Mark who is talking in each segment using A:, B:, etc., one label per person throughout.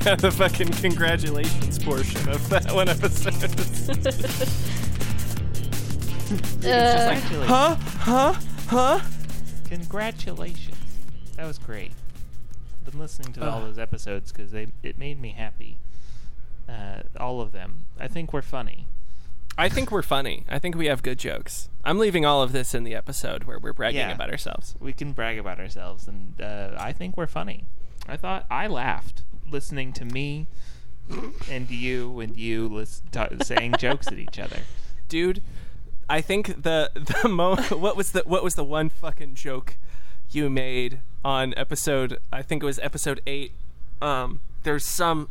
A: kind of the fucking congratulations portion of that one episode.
B: just
C: Uh,
B: actually,
A: huh? Huh? Huh?
B: congratulations. That was great. Been listening to all
A: Ugh.
B: those episodes because they it made me happy. Uh, all of them. I think we're funny.
A: I think we're funny. I think we have good jokes. I'm leaving all of this in the episode where we're bragging
B: Yeah.
A: about ourselves.
B: We can brag about ourselves, and uh, I think we're funny. I thought I laughed listening to me and you and you lis- ta saying jokes at each other.
A: Dude, I think the the mo what was the what was the one fucking joke you made on episode I think it was episode 8. Um there's some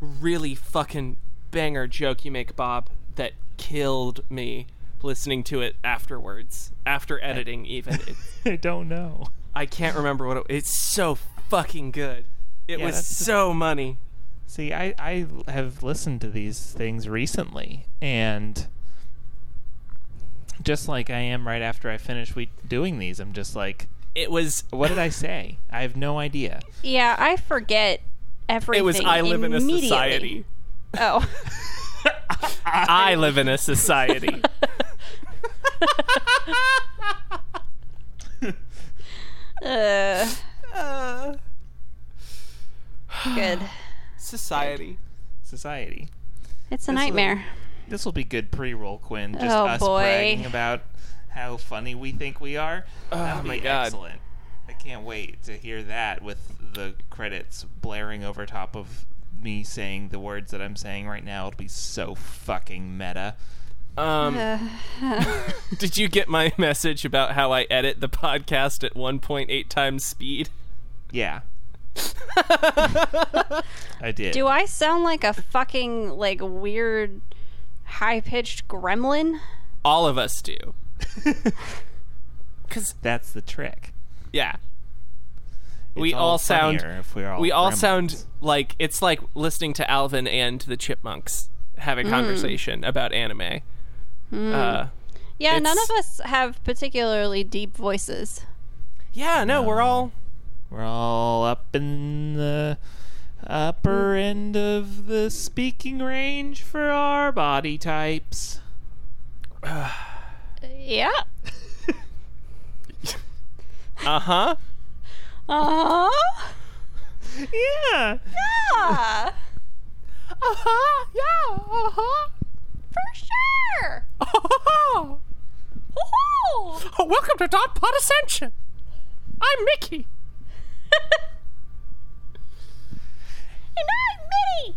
A: really fucking banger joke you make Bob that killed me listening to it afterwards after editing even. It-
B: I don't know.
A: I can't remember what it, it's so fucking good. It
B: Yeah,
A: was
B: that's the-
A: so money.
B: See, I, I have listened to these things recently, and just like I am right after I finish we- doing these, I'm just like,
A: It was
B: what did I say? I have no idea.
C: yeah, I forget everything.
A: it was I live in a
C: immediately.
A: society.
C: Oh.
A: I live in a society.
C: uh,
A: Uh,
C: good.
A: society.
B: Society.
C: It's a nightmare.
B: This will be good pre-roll, Quinn. Just
C: Oh,
B: us
C: boy.
B: bragging about how funny we think we are. Oh That'll
A: my
B: be
A: God.
B: excellent. I can't wait to hear that with the credits blaring over top of me saying the words that I'm saying right now. It'll be so fucking meta.
A: Um, did you get my message about how I edit the podcast at 1.8 times speed?
B: Yeah. I did.
C: Do I sound like a fucking like weird high pitched gremlin?
A: All of us do. Cause
B: That's the trick.
A: yeah, we
B: It's
A: all, sound
B: funnier if we're all
A: we all
B: gremlins.
A: sound like it's like listening to Alvin and the Chipmunks have a conversation about anime. Uh,
C: Yeah, none
A: It's-
C: of us have particularly deep voices.
A: yeah, no, we're all
B: We're all up in the upper
A: Mm.
B: end of the speaking range for our body types.
C: Yeah.
A: uh huh.
C: Aww.
B: Yeah.
C: Yeah.
A: Uh huh. Yeah. Uh huh.
C: For sure.
A: Oh,
C: Woohoo!
A: welcome to Dot Pod Ascension. I'm Mickey.
C: And I'm Minnie.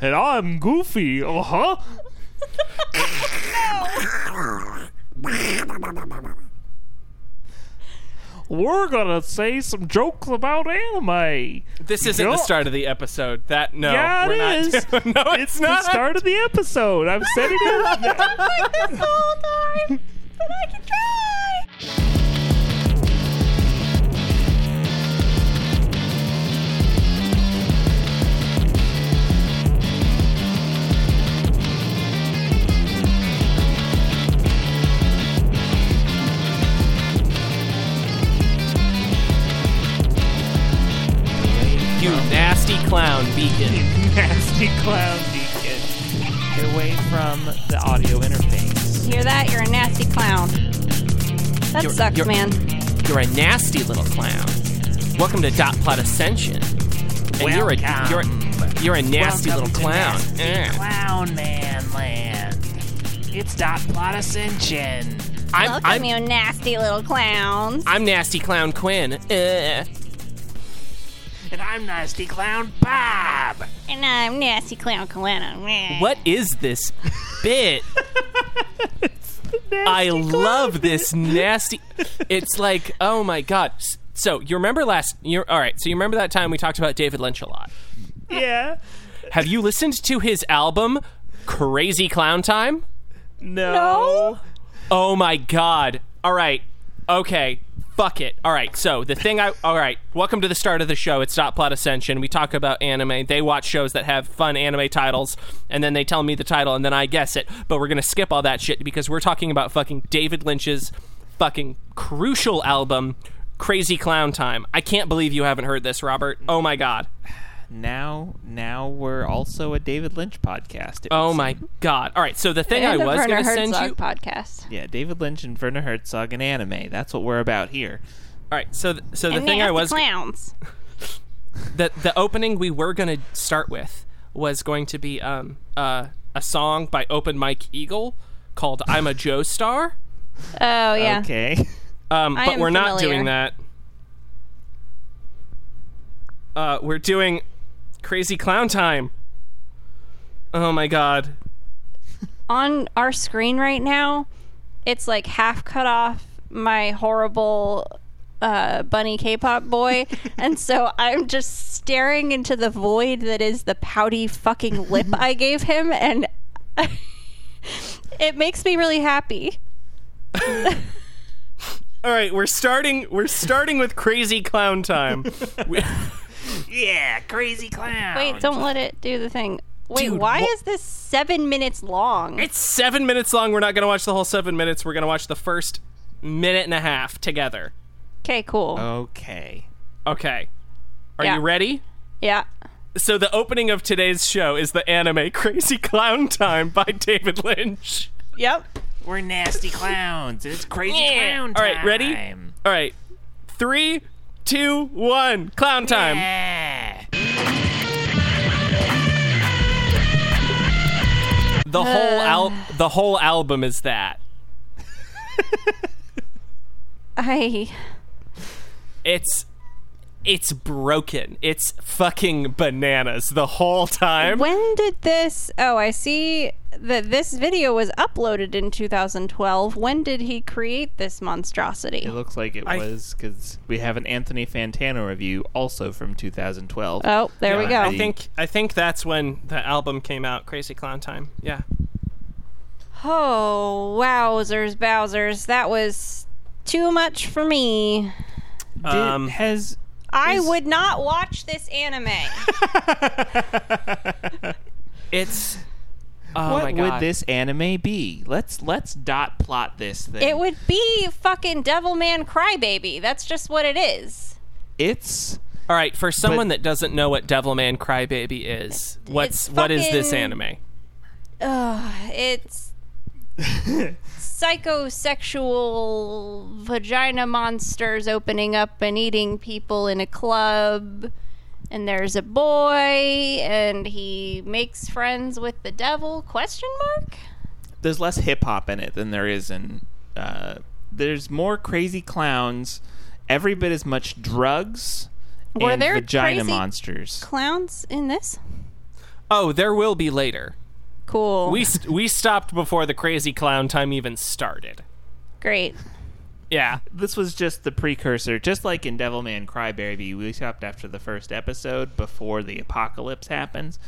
B: And I'm goofy. Uh huh. We're gonna say some jokes about anime.
A: This isn't
B: No.
A: the start of the episode. That no,
B: Yeah, it
A: we're
B: is.
A: not. Doing, no, it's, not.
B: the start of the episode. I'm setting it up.
C: This whole time, but I can try.
A: You nasty clown beacon.
B: Nasty clown deacon. Get away from the audio interface.
C: Hear that? You're a nasty clown. That
A: You're-
C: sucks,
A: you're-
C: man.
A: You're a nasty little clown. Welcome to Dot Plot Ascension. And you're a
B: Welcome.
A: you're a, you're a nasty
B: Welcome
A: little
B: to
A: clown.
B: Nasty
A: Eh.
B: Clown Man Land. It's Dot Plot Ascension.
A: I'm
C: Welcome,
A: I'm,
C: you nasty little clowns.
A: I'm nasty clown Quinn. Eh.
B: And I'm Nasty Clown Bob.
C: And I'm nasty clown Kalana.
A: What is this bit? I love this nasty. It's like, oh my god. S- So you remember last? You're all right. So you remember that time we talked about David Lynch a lot.
B: Yeah.
A: Have you listened to his album, Crazy Clown Time?
B: No.
C: No.
A: Oh my god. All right. Okay. Fuck it. All right. So the thing I. All right. Welcome to the start of the show. It's Dot Plot Ascension. We talk about anime. They watch shows that have fun anime titles, and then they tell me the title, and then I guess it. But we're gonna skip all that shit because we're talking about fucking David Lynch's fucking crucial album, Crazy Clown Time. I can't believe you haven't heard this, Robert. Oh my god.
B: now now we're also a David Lynch podcast. It
A: Oh
B: would
A: my god! All right, so the thing I
C: and the
A: was
C: Werner
A: going to send
C: Herzog
A: you.
C: podcast.
B: Yeah, David Lynch and Werner Herzog and anime. That's what we're about here.
A: All right, so th- so the
C: and
A: thing
C: they
A: I
C: have
A: was
C: the clowns.
A: the the opening we were going to start with was going to be um uh, a song by Open Mike Eagle called "I'm a Joe Star,"
C: Oh yeah.
B: Okay.
A: um,
C: I
A: but
C: am
A: we're not
C: familiar.
A: doing that. Uh, we're doing Crazy Clown Time. Oh my god!
C: On our screen right now, it's like half cut off my horrible uh, bunny K-pop boy, and so I'm just staring into the void that is the pouty fucking lip I gave him, and it makes me really happy.
A: All right, we're starting. We're starting with Crazy Clown Time. We-
B: Yeah, crazy clown.
C: Wait, don't let it do the thing. Wait,
A: Dude,
C: why
A: wha-
C: is this seven minutes long?
A: It's seven minutes long. We're not going to watch the whole seven minutes. We're going to watch the first minute and a half together.
C: Okay, cool.
A: Oh.
B: Okay.
A: Okay. Are
C: Yeah.
A: you ready?
C: yeah.
A: So, the opening of today's show is the anime Crazy Clown Time by David Lynch.
C: Yep.
B: We're nasty clowns. It's crazy
A: Yeah.
B: clown
A: All
B: time.
A: right, ready? All right. Three, two, one. Clown time.
B: Yeah.
A: The whole al- the whole album is that.
C: I
A: It's it's broken. It's fucking bananas the whole time.
C: When did this? Oh, I see that this video was uploaded in 2012. When did he create this monstrosity?
B: It looks like it
A: I-
B: was because we have an Anthony Fantano review also from 2012.
C: Oh, there we
B: Yeah,
C: go.
A: I think I think that's when the album came out, Crazy Clown Time. Yeah.
C: oh, wowzers, Bowser's. That was too much for me.
B: Did-
A: Um,
B: has
C: I would not watch this anime.
A: It's oh my
B: what
A: god.
B: would this anime be? Let's let's dot plot this thing.
C: it would be fucking Devilman Crybaby. That's just what it is.
B: it's
A: All right, for someone that doesn't know what Devilman Crybaby is, what's
C: It's
A: what is this
C: fucking-
A: anime?
C: Ugh, it's psychosexual vagina monsters opening up and eating people in a club. And there's a boy, and he makes friends with the devil? Question mark.
B: there's less hip hop in it than there is in. Uh, there's more crazy clowns, every bit as much drugs,
C: Were
B: and
C: there
B: vagina
C: crazy-
B: monsters.
C: Clowns in this.
A: Oh, there will be later.
C: Cool.
A: We st- we stopped before the Crazy Clown Time even started.
C: Great.
A: Yeah.
B: This was just the precursor, just like in Devilman Crybaby. We stopped after the first episode before the apocalypse happens.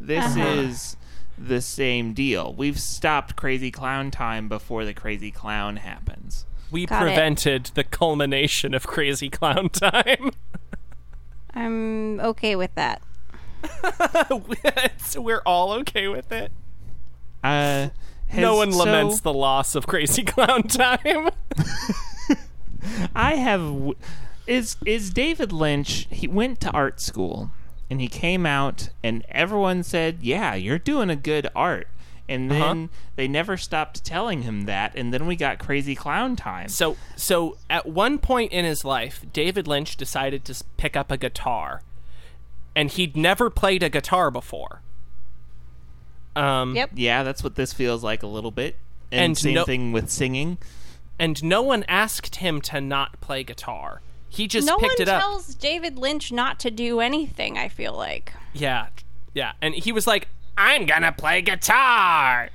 B: This is the same deal. We've stopped Crazy Clown time before the Crazy Clown happens.
A: We
C: Got it.
A: prevented the culmination of Crazy Clown Time.
C: I'm okay with that.
A: It's- We're all okay with it.
B: Uh, has-
A: No one
B: so-
A: laments the loss of Crazy Clown Time.
B: I have w- is is David Lynch. He went to art school, and he came out, and everyone said, "Yeah, you're doing a good art." And then they never stopped telling him that, and then we got crazy clown time.
A: So, so at one point in his life, David Lynch decided to s- pick up a guitar, and he'd never played a guitar before. Um,
C: Yep.
B: yeah, that's what this feels like a little bit. And,
A: And
B: same
A: no-
B: thing with singing.
A: and no one asked him to not play guitar. He just
C: no one
A: picked it up.
C: tells David Lynch not to do anything. I feel like.
A: yeah, yeah, and he was like, "I'm gonna play guitar."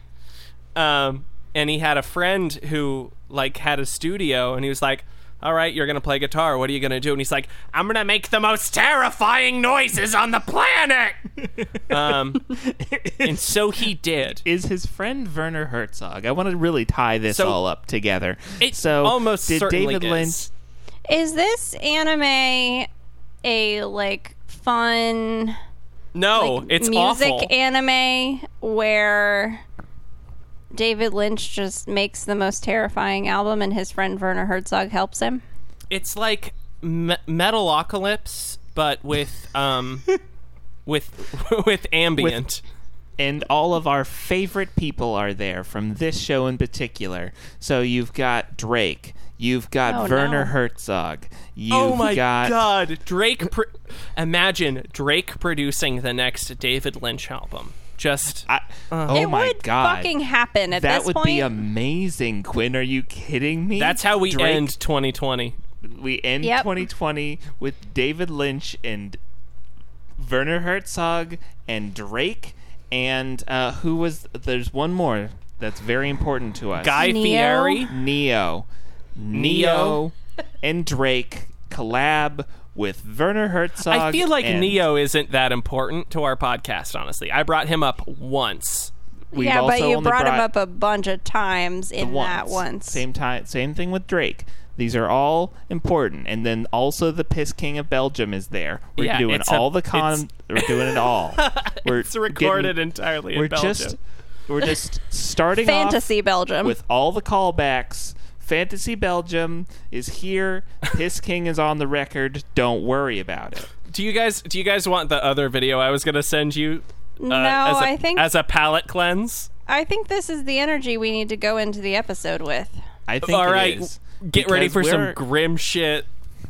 A: Um, and he had a friend who like had a studio, and he was like. All right, you're gonna play guitar. What are you gonna do? And he's like, "I'm gonna make the most terrifying noises on the planet." um, and so he did.
B: Is his friend Werner Herzog? I want to really tie this
A: So-
B: all up together.
A: It
B: so
A: almost
B: did
A: certainly
B: David
A: is.
C: Is this anime a like fun
A: No,
C: like,
A: it's
C: music
A: awful.
C: anime where David Lynch just makes the most terrifying album and his friend Werner Herzog helps him?
A: it's like me- Metalocalypse, but with um, with with ambient.
B: and all of our favorite people are there from this show in particular. So you've got Drake, you've got
C: Oh,
B: Werner
C: no.
B: Herzog, you've
A: oh my
B: got
A: god, Drake! Pro- imagine Drake producing the next David Lynch album. Just
B: I,
A: Uh-huh.
B: oh
C: it
B: my
C: would
B: god,
C: fucking happen at
B: that
C: this
B: would
C: point.
B: be amazing. Quinn, are you kidding me?
A: that's how we
B: Drake,
A: end 2020.
B: We end
C: Yep.
B: 2020 with David Lynch and Werner Herzog and Drake and uh, who was? There's one more that's very important to us.
A: Guy
C: Neo?
A: Fieri.
B: Neo. Neo and Drake collab with Werner Herzog.
A: I feel like
B: and
A: Neo isn't that important to our podcast, honestly. I brought him up once.
B: we've
C: yeah,
B: also
C: but you
B: only
C: brought, him up a bunch of times in
B: once.
C: that once.
B: Same time same thing with Drake. These are all important. And then also the Piss King of Belgium is there. We're
A: Yeah,
B: doing
A: it's a-
B: all the con we're doing it all. We're
A: It's recorded
B: getting-
A: entirely in
B: we're
A: Belgium.
B: just we're just starting off
C: Fantasy Belgium.
B: with all the callbacks. Fantasy Belgium is here. Piss King is on the record. Don't worry about it.
A: do you guys do you guys want the other video I was gonna send you? Uh,
C: No,
A: as a-
C: I think-
A: as a palate cleanse.
C: I think this is the energy we need to go into the episode with.
B: I think
A: All
B: it
A: right,
B: is.
A: get ready for
B: Because
A: some
B: we're-
A: grim shit.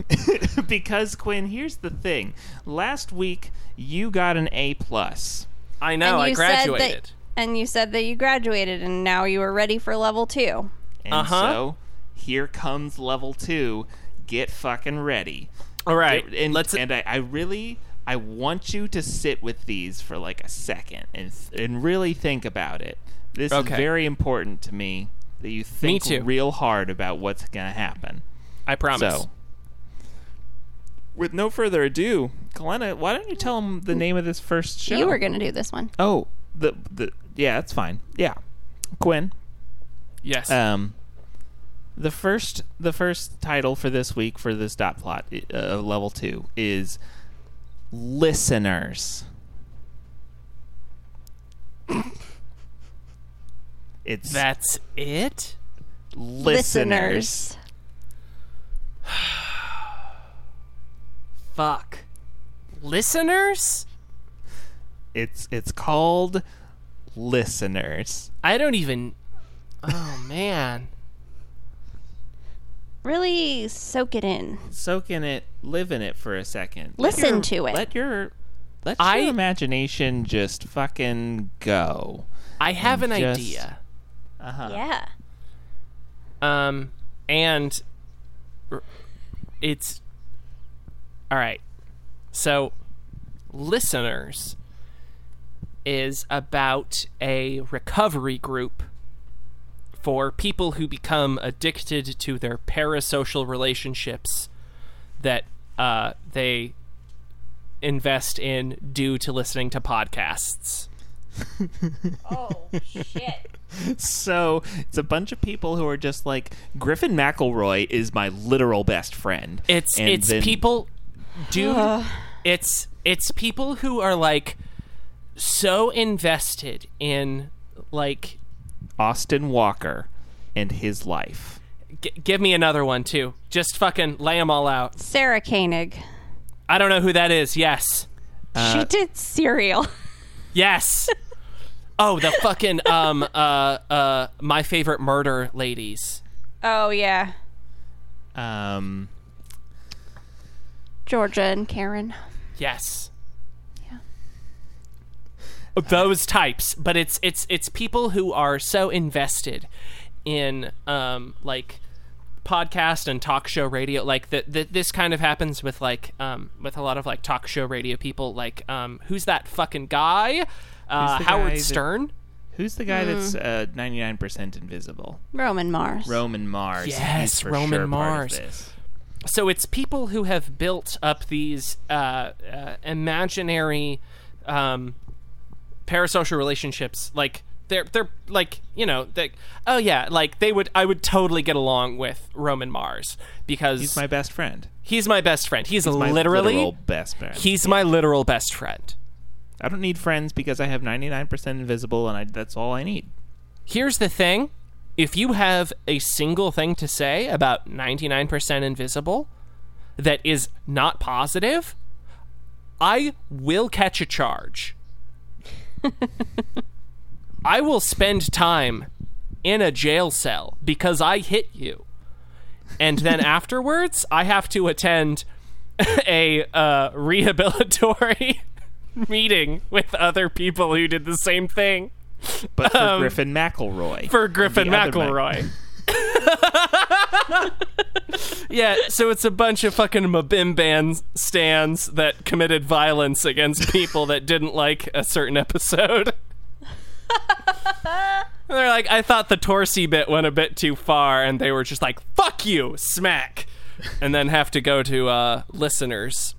B: because Quinn, here's the thing. Last week you got an A plus.
A: I know.
C: and
A: I
C: you
A: graduated.
C: Said that, and you said that you graduated, and now you are ready for level two.
B: And
A: Uh-huh.
B: so here comes level two. Get fucking ready.
A: All right,
B: Get- and
A: let's.
B: and I, I really I want you to sit with these for like a second and and really think about it. This
A: Okay.
B: is very important to me that you think
A: too.
B: real hard about what's gonna happen.
A: I promise.
B: So with no further ado, Glenna, why don't you tell them the name of this first show?
C: You were going to do this one.
B: Oh, the the yeah, that's fine. Yeah, Quinn.
A: yes.
B: Um, the first the first title for this week for this dot plot uh, of level two is listeners. It's
A: That's it.
B: listeners.
A: Fuck. Listeners.
B: It's it's called listeners.
A: I don't even. Oh man.
C: Really soak it in.
B: Soak in it, live in it for a second. Let
C: Listen
B: your-
C: to it.
B: Let your let
A: I-
B: your imagination just fucking go.
A: I have an
B: Just-
A: idea.
B: Uh huh.
C: yeah.
A: Um, and r- it's all right. So, listeners is about a recovery group for people who become addicted to their parasocial relationships that uh, they invest in due to listening to podcasts.
C: Oh shit.
B: So it's a bunch of people who are just like Griffin McElroy is my literal best friend.
A: It's
B: And
A: it's
B: then-
A: people, dude. it's it's people who are like so invested in like.
B: Austin Walker and his life.
A: G- give me another one too. Just fucking lay them all out.
C: Sarah Koenig.
A: I don't know who that is. Yes, Uh,
C: she did cereal.
A: yes. oh, the fucking um uh uh my favorite murder ladies.
C: Oh yeah.
B: Um,
C: Georgia and Karen.
A: Yes. Yeah. Those types, but it's it's it's people who are so invested in um like podcast and talk show radio like that th- this kind of happens with like um with a lot of like talk show radio people like um who's that fucking guy uh
B: the
A: Howard
B: guy that-
A: Stern
B: who's the guy that's
A: Hmm.
B: uh, 99% invisible?
C: Roman Mars.
B: Roman Mars. He's
A: Yes,
B: for
A: Roman
B: sure part of
A: Mars.
B: this.
A: so it's people who have built up these uh, uh, imaginary um, parasocial relationships like they're they're like you know they oh yeah like they would i would totally get along with roman mars because
B: He's my best friend.
A: he's my best friend he's,
B: My
A: literally
B: literal best friend.
A: he's my literal best friend
B: I don't need friends because I have 99% invisible and I, that's all I need.
A: here's the thing if you have a single thing to say about 99% invisible that is not positive I will catch a charge. I will spend time in a jail cell because I hit you. And then afterwards, I have to attend a uh, rehabilitory meeting with other people who did the same thing
B: but for Griffin McElroy.
A: Um, for Griffin
B: The other
A: McElroy. yeah, so it's a bunch of fucking Mabimban stands that committed violence against people that didn't like a certain episode. and they're like, I thought the Torsi bit went a bit too far, and they were just like, fuck you, smack. And then have to go to uh, listeners.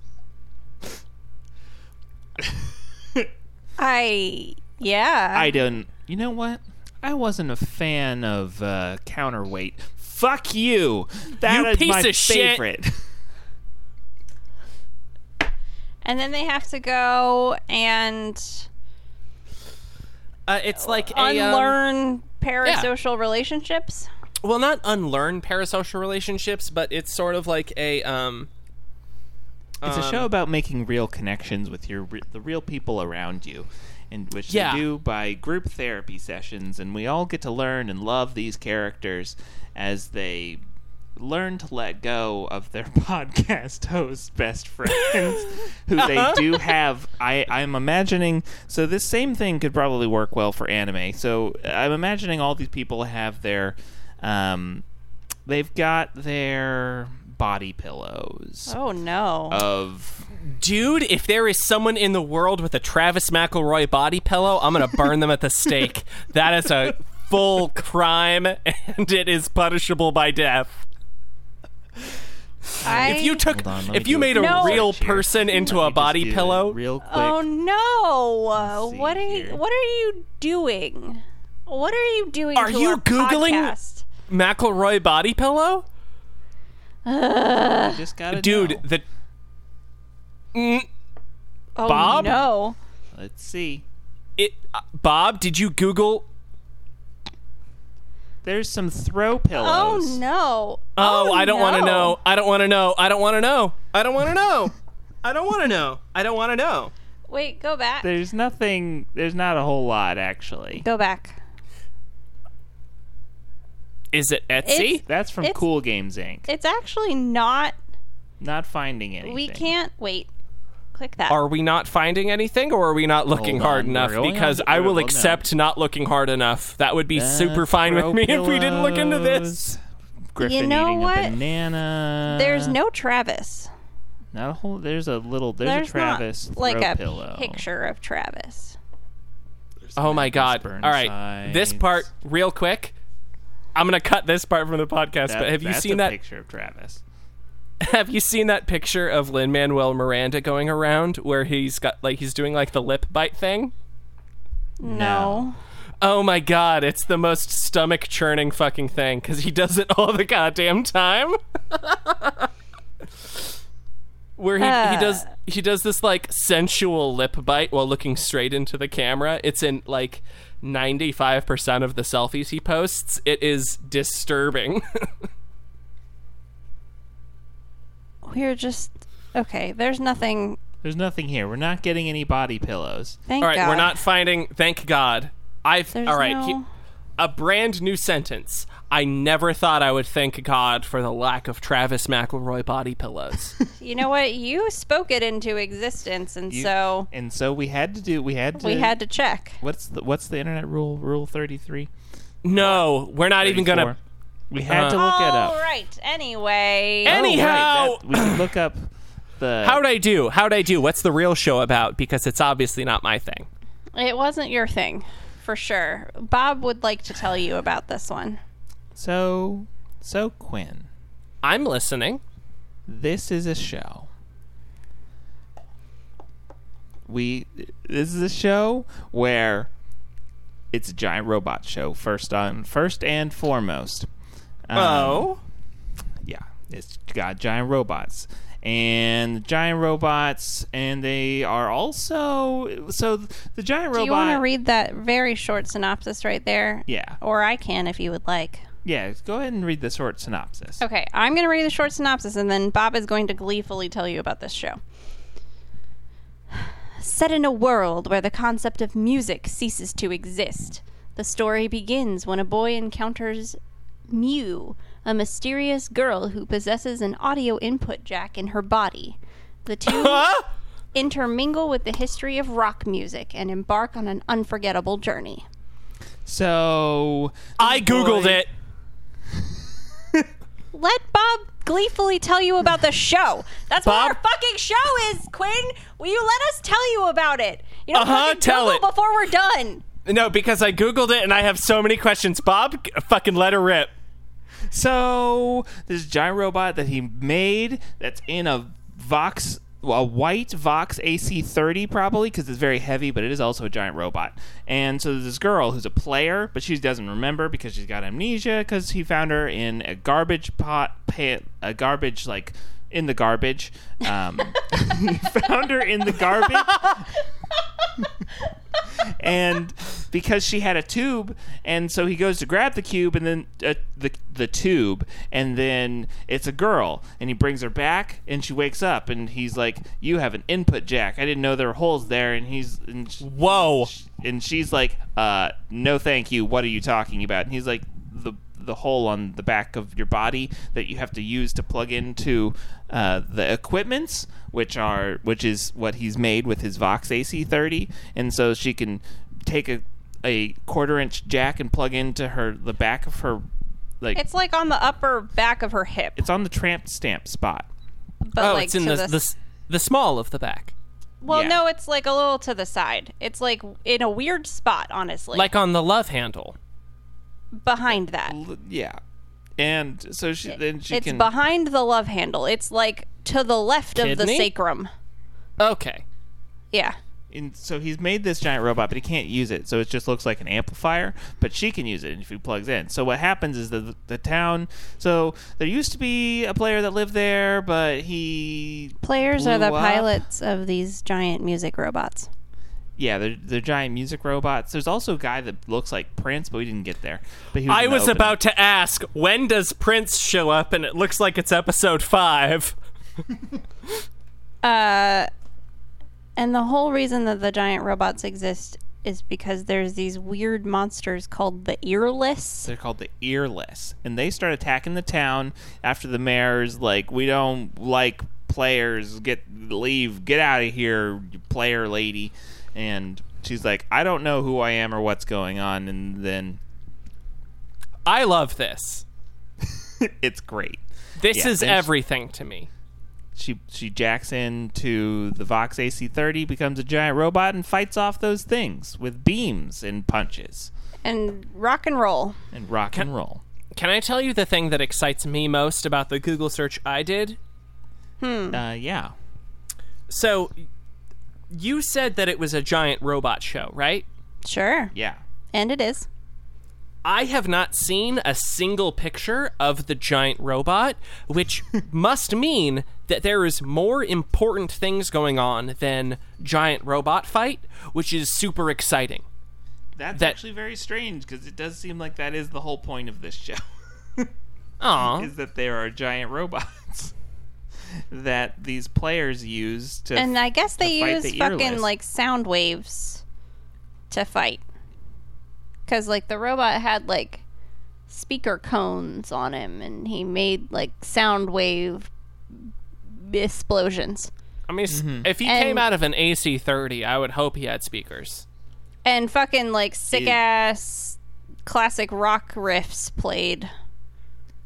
C: I yeah.
B: I don't. You know what? I wasn't a fan of uh, counterweight. Fuck you. That
A: You
B: is
A: piece
B: my
A: of shit.
B: favorite.
C: and then they have to go and
A: Uh, it's like a. um,
C: unlearn parasocial relationships.
A: well not unlearn parasocial relationships but it's sort of like a um
B: It's a show about making real connections with your re- the real people around you, and which
A: Yeah.
B: they do by group therapy sessions, and we all get to learn and love these characters as they learn to let go of their podcast host best friends who they do have I, i'm imagining so this same thing could probably work well for anime so i'm imagining all these people have their um, they've got their body pillows
C: Oh no.
A: Uh,
B: of
A: dude if there is someone in the world with a travis mcelroy body pillow i'm gonna burn them at the stake that is a full crime and it is punishable by death
C: I,
A: if you took
B: Hold on, let me
A: if you
B: do a
A: made a
C: No.
A: real
B: search here.
A: person into
B: Let me
A: a
B: just
A: body
B: do it
A: pillow
B: real quick.
C: Oh no.
B: see
C: What are you
B: here.
C: what are you doing? What are you doing?
A: Are
C: to
A: you
C: our
A: Googling-
C: podcast?
A: mcelroy body pillow
B: I just gotta
A: dude
B: know.
A: the Mm,
C: Oh
A: Bob?
C: no.
B: Let's see.
A: it, uh, bob did you google
B: There's some throw
C: Oh
B: pillows.
C: no.
A: Oh, I don't want to
C: no.
A: know. I don't want to know. I don't want to know. I don't want to know. I don't want to know. I don't want to know.
C: Wait, go back.
B: There's nothing. There's not a whole lot actually.
C: Go back.
A: Is it Etsy?
C: It's-
B: That's from
C: It's-
B: Cool Games Inc.
C: It's actually not
B: Not finding anything.
C: we can't wait. Click that.
A: Are we not finding anything or are we not looking
B: Hold
A: hard
B: on,
A: enough?
B: we're going
A: Because
B: on to
A: I
B: Google
A: will
B: now.
A: accept not looking hard enough. That would be super fine with
B: throw
A: me if we didn't look into this.
B: pillows. Griffin
C: know
B: eating
C: what?
B: a banana.
C: There's no Travis.
B: Not a whole. There's a little. There's,
C: There's
B: a Travis
C: not like
B: throw
C: a
B: pillow.
C: picture of Travis.
A: Oh my god. All right. This
B: Burnsides.
A: part real quick. I'm going to cut this part from the podcast,
B: That-
A: but have you
B: that's
A: seen
B: a
A: that
B: picture of Travis?
A: have you seen that picture of Lin Manuel Miranda going around where he's got like he's doing like the lip bite thing?
C: No.
A: Oh my god, it's the most stomach churning fucking thing because he does it all the goddamn time. Where he, he
C: Uh.
A: does he does this like sensual lip bite while looking straight into the camera. It's in like ninety five percent of the selfies he posts. It is disturbing.
C: We're just okay. There's nothing.
B: There's nothing here. We're not getting any body pillows.
C: Thank
A: all right,
C: God.
A: we're not finding. Thank God. I've
C: There's
A: all right.
C: no-
A: he- a brand new sentence. I never thought I would thank God for the lack of Travis McElroy body pillows.
C: You know what? You spoke it into existence, and
B: You-
C: so
B: and so we had to do. We had to.
C: we had to check.
B: What's the What's the internet rule? Rule thirty three.
A: No, we're not even gonna.
B: We had
A: Uh,
B: to look it
C: All
B: up.
C: right. Anyway.
A: Any- Anyhow!
B: Oh, right, that- we could look up the.
A: How'd I do? How'd I do? What's the real show about? Because it's obviously not my thing.
C: It wasn't your thing, for sure. Bob would like to tell you about this one.
B: so so Quinn,
A: I'm listening.
B: this is a show. We this is a show where it's a giant robot show. First on first and foremost. Um,
A: Oh. Uh-huh.
B: yeah, it's got giant robots and giant robots, and they are also so the giant
C: Do
B: robot.
C: you want to read that very short synopsis right there?
B: Yeah,
C: Or I can if you would like.
B: yeah. Go ahead and read the short synopsis.
C: Okay, I'm going to read the short synopsis and then Bob is going to gleefully tell you about this show. Set in a world where the concept of music ceases to exist, the story begins when a boy encounters Mew, a mysterious girl who possesses an audio input jack in her body. The two
A: Huh?
C: intermingle with the history of rock music and embark on an unforgettable journey.
B: So
A: I googled
B: Boy.
A: it.
C: Let Bob gleefully tell you about the show. That's
A: Bob?
C: what our fucking show is, Quinn. Will you let us tell you about it? You know,
A: Uh-huh, tell it.
C: before we're done.
A: No, because I googled it and I have so many questions. Bob, g- fucking let her rip.
B: So this giant robot that he made that's in a Vox a white Vox AC30 probably because it's very heavy, but it is also a giant robot. And so there's this girl who's a player, but she doesn't remember because she's got amnesia because he found her in a garbage pot pit, a garbage like in the garbage. Um, he found her in the garbage and because she had a tube, and so he goes to grab the cube and then uh, the the tube, and then it's a girl, and he brings her back, and she wakes up, and he's like, "You have an input jack. I didn't know there were holes there." And he's and sh-
A: Whoa.
B: and she's like, uh, "No, thank you. What are you talking about?" And he's like, "The the hole on the back of your body that you have to use to plug into uh, the equipments, which are which is what he's made with his Vox AC30, and so she can take a a quarter inch jack and plug into her the back of her like it's,
C: It's like on the upper back of her hip,
B: on the tramp stamp spot.
C: but
A: Oh,
C: like
A: it's in
C: to
A: the, the s- the small of the back,
C: well,
B: yeah.
C: no, it's like a little to the side. It's like in a weird spot, honestly,
A: like on the love handle.
C: behind that.
B: L- Yeah, and so she then she
C: It's
B: can
C: behind the love handle. It's like to the left of the
A: Kidney?
C: sacrum.
A: Okay.
C: Yeah.
B: And so he's made this giant robot, but he can't use it. So it just looks like an amplifier, but she can use it if he plugs in. So what happens is the the town. So there used to be a player that lived there, but he
C: Players
B: blew
C: are the
A: uh.
B: up.
C: pilots of these giant music robots.
B: Yeah, they're, they're giant music robots. There's also a guy that looks like Prince, but we didn't get there. But he was
A: I
B: in the
A: was
B: opening.
A: about to ask, when does Prince show up? And it looks like it's episode five.
C: Uh, and the whole reason that the giant robots exist is because there's these weird monsters called the earless.
B: They're called the Earless, and they start attacking the town after the mayor's like, "We don't like players. Get leave. Get out of here, you player lady." And she's like, "I don't know who I am or what's going on." And then
A: I love this.
B: it's great.
A: This
B: Yeah,
A: is
B: thanks.
A: everything to me.
B: She she jacks into the Vox AC30, becomes a giant robot, and fights off those things with beams and punches
C: And rock and roll.
B: and rock and roll.
A: Can I tell you the thing that excites me most about the Google search I did?
B: Uh, yeah.
A: So, you said that it was a giant robot show, right?
C: Sure.
B: Yeah.
C: And it is.
A: I have not seen a single picture of the giant robot, which must mean that there is more important things going on than giant robot fight, which is super exciting.
B: That's
A: That-
B: actually very strange because it does seem like that is the whole point of this show.
A: Aw.
B: is that there are giant robots that these players use to
C: And I guess they
B: fight
C: use
B: the
C: fucking
B: earless.
C: like sound waves to fight. Cuz like the robot had like speaker cones on him and he made like sound wave explosions.
A: I mean, s if he
C: And-
A: came out of an AC 30, I would hope he had speakers.
C: And fucking like sick ass classic rock riffs played.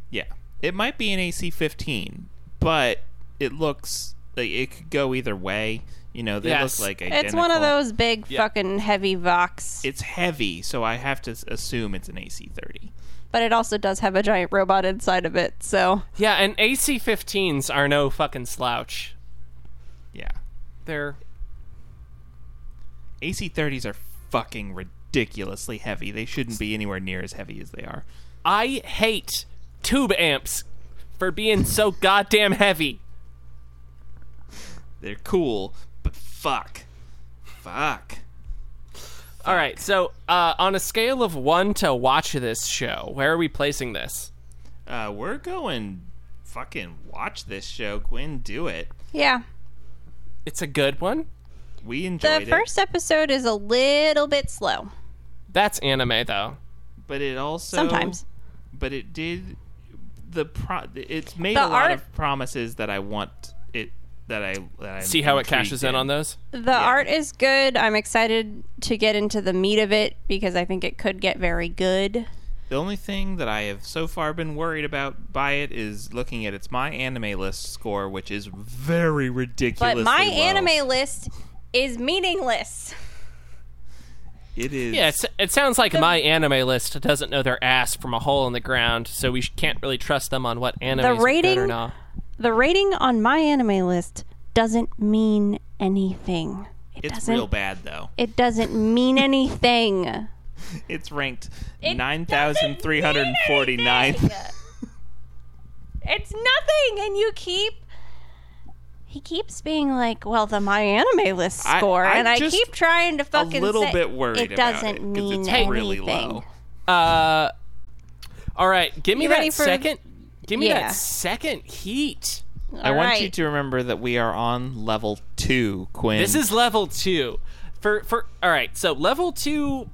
B: yeah it might be an ac-15 but it looks like it could go either way you know they
A: Yes.
B: look like
C: It's one of
B: identical.
C: those big
A: Yeah.
C: fucking heavy vox,
B: it's heavy so i have to s- assume it's an ac-30
C: but it also does have a giant robot inside of it. So,
A: Yeah, and AC 15s are no fucking slouch.
B: yeah
A: They're.
B: ac-30s are fucking ridiculously heavy they shouldn't be anywhere near as heavy as they are
A: I hate tube amps for being so goddamn heavy.
B: they're cool but fuck fuck
A: All right, so uh, on a scale of one to watch this show, where are we placing this?
B: uh, we're going fucking watch this show. Quinn, do it.
C: yeah.
A: It's a good one.
B: we enjoyed
C: the
B: it,
C: first episode is a little bit slow
A: That's anime though.
B: but it also
C: sometimes.
B: but it did the pro it's made
C: The
B: a lot
C: art-
B: of promises that i want it that i that i
A: See how it cashes in on those.
C: The art is good. I'm excited to get into the meat of it because I think it could get very good.
B: the only thing that i have so far been worried about by it is looking at its my anime list score which is very ridiculous
C: But my anime list is meaningless.
B: it is
A: Yeah, it's, it sounds like my anime list doesn't know their ass from a hole in the ground, so we sh- can't really trust them on what anime is good or
C: rating-
A: not.
C: The rating on my anime list doesn't mean anything. It
B: it's
C: doesn't,
B: real bad though
C: It doesn't mean anything.
B: it's ranked
C: It
B: 9349
C: doesn't mean anything. it's nothing, and you keep. He keeps being like, "Well, the my anime list
B: I-
C: score,"
B: I'm
C: and I
B: just
C: keep trying to
B: a
C: fucking.
B: little
C: say-
B: bit worried
C: It
B: about
C: doesn't
B: it, 'cause
C: mean
B: it's
C: anything.
B: really low
A: Uh, all right, give me
C: You ready
A: that
C: for-
A: second. Give me
C: Yeah.
A: that second heat.
B: I
C: All
B: want you
C: right.
B: to remember that we are on level two, Quinn.
A: This is level two. For for all right, so level two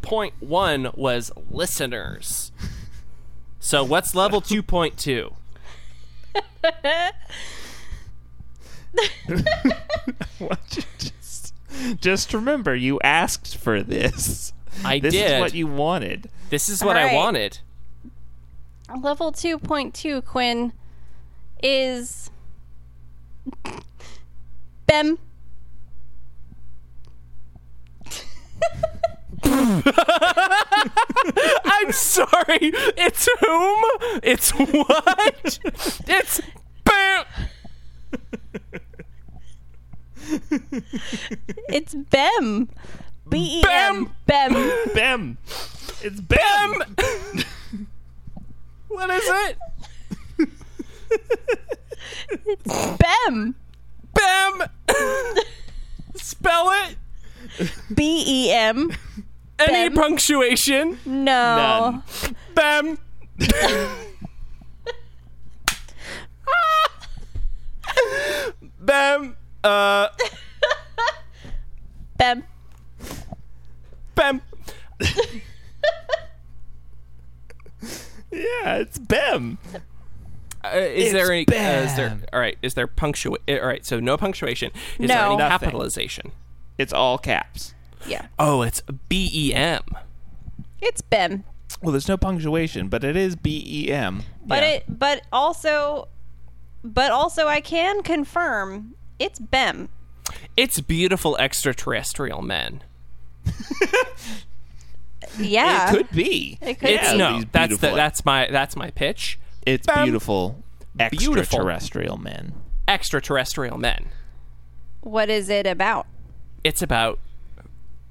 A: point one was listeners. So what's level two point two?
B: Why don't you just, just remember you asked for this.
A: I
B: This
A: did.
B: is what you wanted.
A: this is what I
C: Alright.
A: wanted.
C: Level 2.2, Quinn, is. Bem.
A: I'm sorry. It's whom? It's what? it's bam.
C: It's Bem. B E M. Bem.
B: Bem. It's Bem.
A: What is it?
C: Bem.
A: Bam. Spell it.
C: B E M.
A: Any
C: Bam.
A: punctuation?
C: No.
B: None.
A: Bam. Bam. Uh.
C: Bem.
A: Bam.
B: Yeah, it's Bem.
A: Uh, is
B: It's
A: there any? Uh, is there?
B: bam.
A: All right. Is there punctuation? All right. So no punctuation. Is there
C: No.
A: any
B: Nothing.
A: capitalization?
B: It's all caps.
C: Yeah.
A: Oh, it's B E M.
C: It's Bem.
B: Well, there's no punctuation, but it is B E M.
C: But
B: Yeah.
C: it but also but also I can confirm it's Bem.
A: It's beautiful extraterrestrial men.
C: Yeah.
B: It could be.
C: It could
A: It's
C: be.
B: these
A: no. That's the,
B: beautiful-
A: that's my that's my pitch.
B: It's
A: Bam.
B: beautiful
A: Beautiful.
B: extraterrestrial men.
A: Extraterrestrial men.
C: What is it about?
A: It's about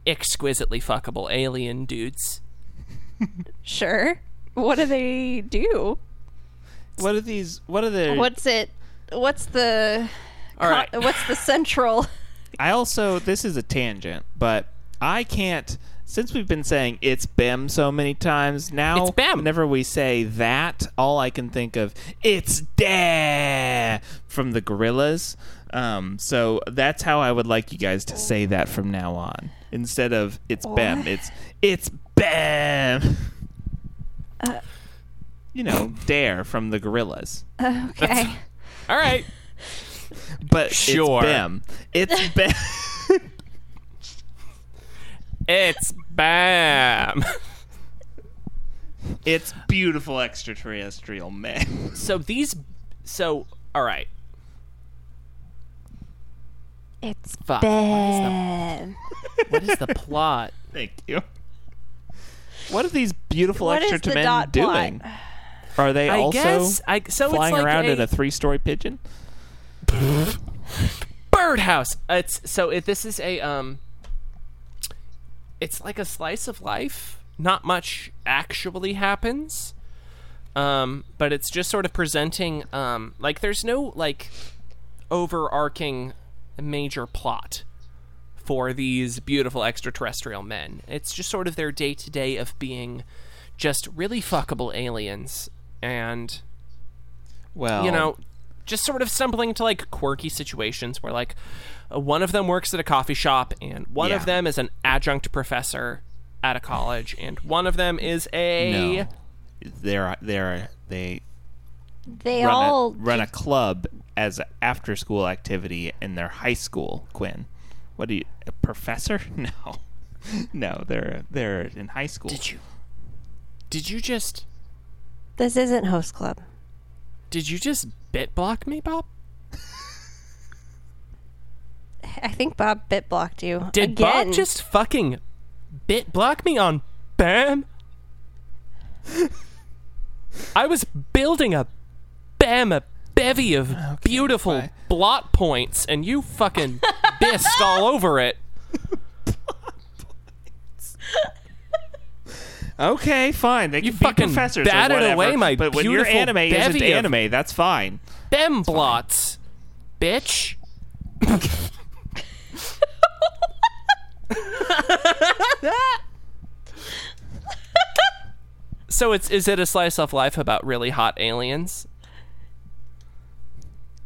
A: exquisitely fuckable alien dudes.
C: Sure. What do they do?
B: What are these? What are the?
C: What's it? What's the?
A: All right.
C: What's the central?
B: I also this is a tangent, but I can't since we've been saying it's BEM so many times now.
A: It's BEM.
B: Whenever we say that, all I can think of it's da from the Gorillas. Um, so that's how I would like you guys to say that from now on. Instead of it's BEM, it's it's BEM. you know, dare from the Gorillas,
C: Okay.
A: All right.
B: but
A: Sure.
B: it's BEM. It's BEM.
A: It's bam.
B: It's beautiful extraterrestrial man.
A: So these so all right.
C: It's
A: Fuck.
C: bad.
A: What is the plot?
B: Thank you. What are these beautiful
C: What is the
B: extraterrestrial men
C: dot plot?
B: doing? Are they
A: I
B: also
A: guess I so
B: flying
A: it's like
B: around
A: a
B: in a three-story pigeon?
A: birdhouse. It's so it, this is a um it's like a slice of life. Not much actually happens. Um but it's just sort of presenting um like there's no like overarching major plot for these beautiful extraterrestrial men. It's just sort of their day-to-day of being just really fuckable aliens and
B: Well,
A: you know just sort of stumbling into like quirky situations where like uh, one of them works at a coffee shop and one
B: Yeah.
A: of them is an adjunct professor at a college and one of them is a
B: No. They're they're they
C: They
B: run a,
C: all
B: run a club as an after school activity in their high school. Quinn, what do you? A professor? No, no, they're they're in high school.
A: Did you Did you just
D: This isn't host club.
A: did you just bit block me, Bob?
D: I think Bob bit blocked you.
A: Did
D: Again.
A: Bob just fucking bit block me on BAM? I was building a BAM, a bevy of beautiful
B: bye.
A: blot points, and you fucking bissed all over it.
B: Okay, fine. They you can
A: fucking
B: be professors or
A: batted
B: whatever,
A: away my
B: But when your
A: beautiful
B: anime isn't
A: bevy of-
B: anime, that's fine.
A: BAM blots, bitch. so it's is it a slice of life about really hot aliens?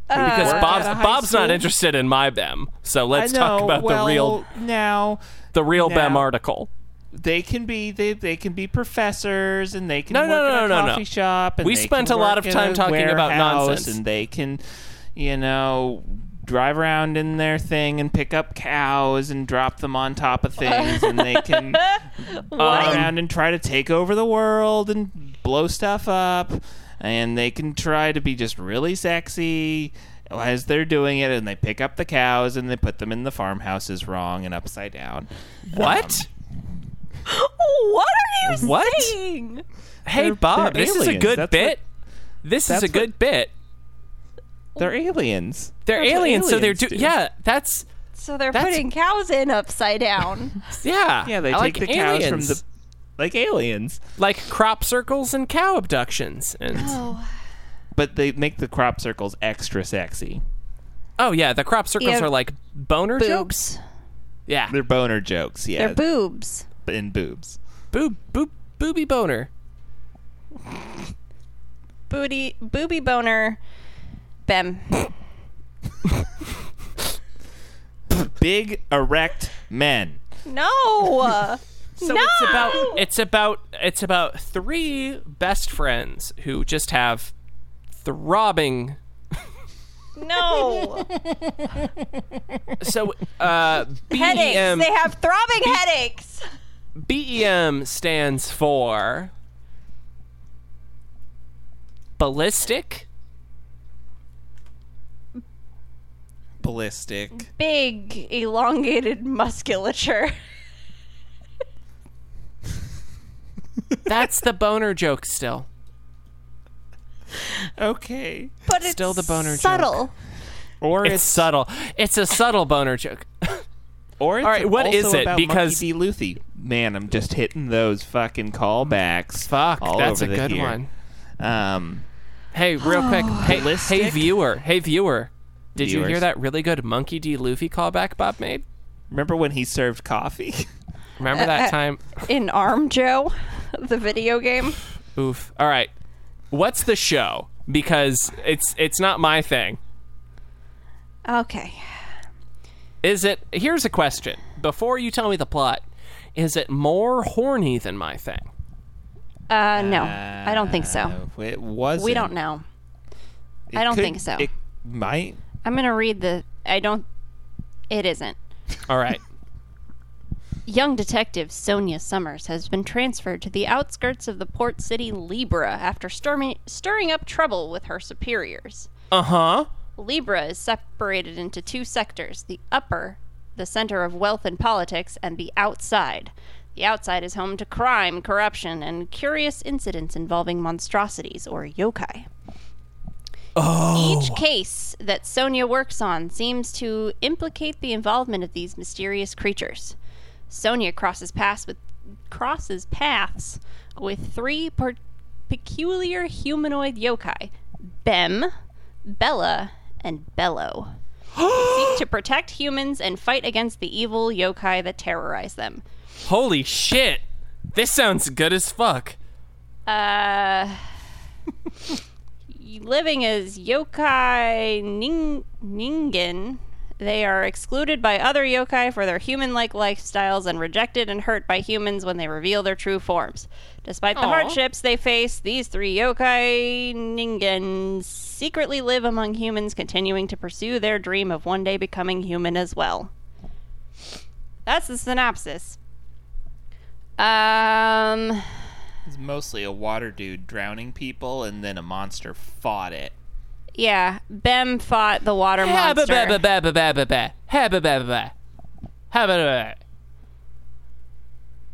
A: because
B: work
A: Bob's
B: Uh, at a high
A: Bob's not
B: school?
A: interested in my BEM. So let's
B: I
A: talk
B: know,
A: about
B: well,
A: the real
B: now.
A: the real
B: now-
A: BEM article.
B: They can be they, they can be professors and they can
A: No,
B: work
A: no, no,
B: in
A: no,
B: a
A: no.
B: coffee shop. And
A: We
B: they
A: spent
B: can
A: a lot
B: work
A: of
B: in
A: time
B: a
A: talking about
B: warehouse,
A: nonsense.
B: and they can, you know, drive around in their thing and pick up cows and drop them on top of things, and they can run around and try to take over the world and blow stuff up, and they can try to be just really sexy. As they're doing it, and they pick up the cows and they put them in the farmhouses wrong and upside down.
A: What?
C: What are you
A: What?
C: saying?
A: hey
B: they're-
A: Bob,
B: they're
A: this is a
B: aliens.
A: good
B: That's
A: bit. this is
B: that's
A: a
B: what-
A: good bit.
B: They're aliens.
A: They're
B: That's what
A: aliens, so they're
B: aliens
A: do- yeah. That's
C: So they're
A: That's-
C: putting cows in upside down.
A: yeah.
B: Yeah, they
A: I
B: take
A: like
B: the
A: aliens.
B: cows from the like aliens,
A: like crop circles and cow abductions and
C: oh,
B: but they make the crop circles extra sexy.
A: oh yeah, the crop circles
D: Yeah.
A: are like boner jokes. Uh,
D: boobs?
A: Yeah,
B: They're boner jokes, yeah,
D: They're boobs.
B: and boobs.
A: boob boob booby boner.
C: booty, booby boner, bem.
B: Big erect men.
C: No.
A: So
C: no.
A: it's about it's about it's about three best friends who just have throbbing.
C: no
A: So uh,
C: headaches.
A: BEM
C: They have throbbing headaches.
A: BEM E stands for ballistic,
B: Ballistic.
C: Big, elongated musculature.
A: That's the boner joke still.
B: Okay.
C: But it's
A: Still the boner joke.
C: subtle.
B: Or
A: It's
B: it's,
A: subtle. It's a subtle boner joke.
B: or it's
A: all right, what
B: also
A: is it?
B: About
A: Because-
B: Monkey D. Luffy. Man, I'm just hitting those fucking callbacks.
A: Fuck,
B: all
A: that's a
B: over the
A: good
B: here.
A: one.
B: Um,
A: Hey, real quick. Hey, hey
B: Ballistic?
A: viewer. Hey viewer. Did you hear
B: Viewers.
A: that really good Monkey D. Luffy callback Bob made?
B: remember when he served coffee?
A: Remember that time?
C: In Arm Joe, the video game.
A: Oof. All right. What's the show? Because it's it's not my thing.
C: Okay.
A: Is it Here's a question. Before you tell me the plot, is it more horny than my thing?
C: Uh, no, I don't think so.
B: Uh, it was.
C: We don't know. I don't think so.
B: It might.
C: I'm gonna read the. I don't. It isn't.
A: All right.
C: Young detective Sonia Summers has been transferred to the outskirts of the port city Libra after storming, stirring up trouble with her superiors.
A: Uh-huh.
C: Libra is separated into two sectors the upper, the center of wealth and politics, and the outside. The outside is home to crime, corruption, and curious incidents involving monstrosities or yokai.
A: Oh.
C: Each case that Sonia works on seems to implicate the involvement of these mysterious creatures. Sonia crosses paths with crosses paths with three per- peculiar humanoid yokai, Bem, Bella, and Bello. seek to protect humans and fight against the evil yokai that terrorize them.
A: Holy shit. This sounds good as fuck.
C: Uh, living as yokai ning- ningen. They are excluded by other yokai for their human like lifestyles and rejected and hurt by humans when they reveal their true forms. Despite the
B: Aw.
C: hardships they face, these three yokai ningen secretly live among humans, continuing to pursue their dream of one day becoming human as well. That's the synopsis. Um,
B: It's mostly a water dude drowning people, and then a monster fought it.
C: yeah, Bem fought the water monster.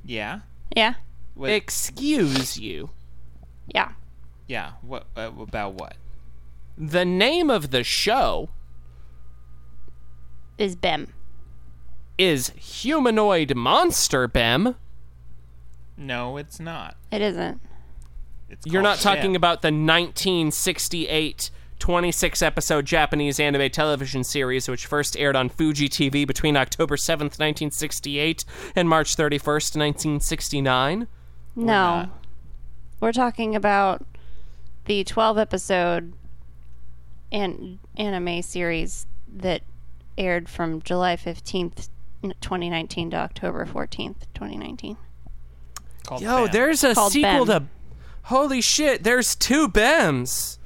B: Yeah.
C: Yeah,
B: Wait.
A: Excuse you.
C: yeah.
B: yeah. What uh, about what?
A: The name of the show
C: Is
B: E
C: Bem.
A: is Humanoid Monster Bem.
B: No, it's not.
C: It isn't.
B: It's
A: You're
B: called
A: not talking
B: Shin.
A: about the 1968 26 episode Japanese anime television series, which first aired on Fuji TV between October 7th, 1968 and March 31st, 1969.
C: no.
B: not.
C: We're talking about the 12 episode an- anime series that aired from July 15th, n- 2019 to October 14th, 2019.
B: Called
A: Yo,
B: Bam.
A: there's a
C: Called
A: sequel
C: Bem.
A: to. Holy shit, there's two BEMs.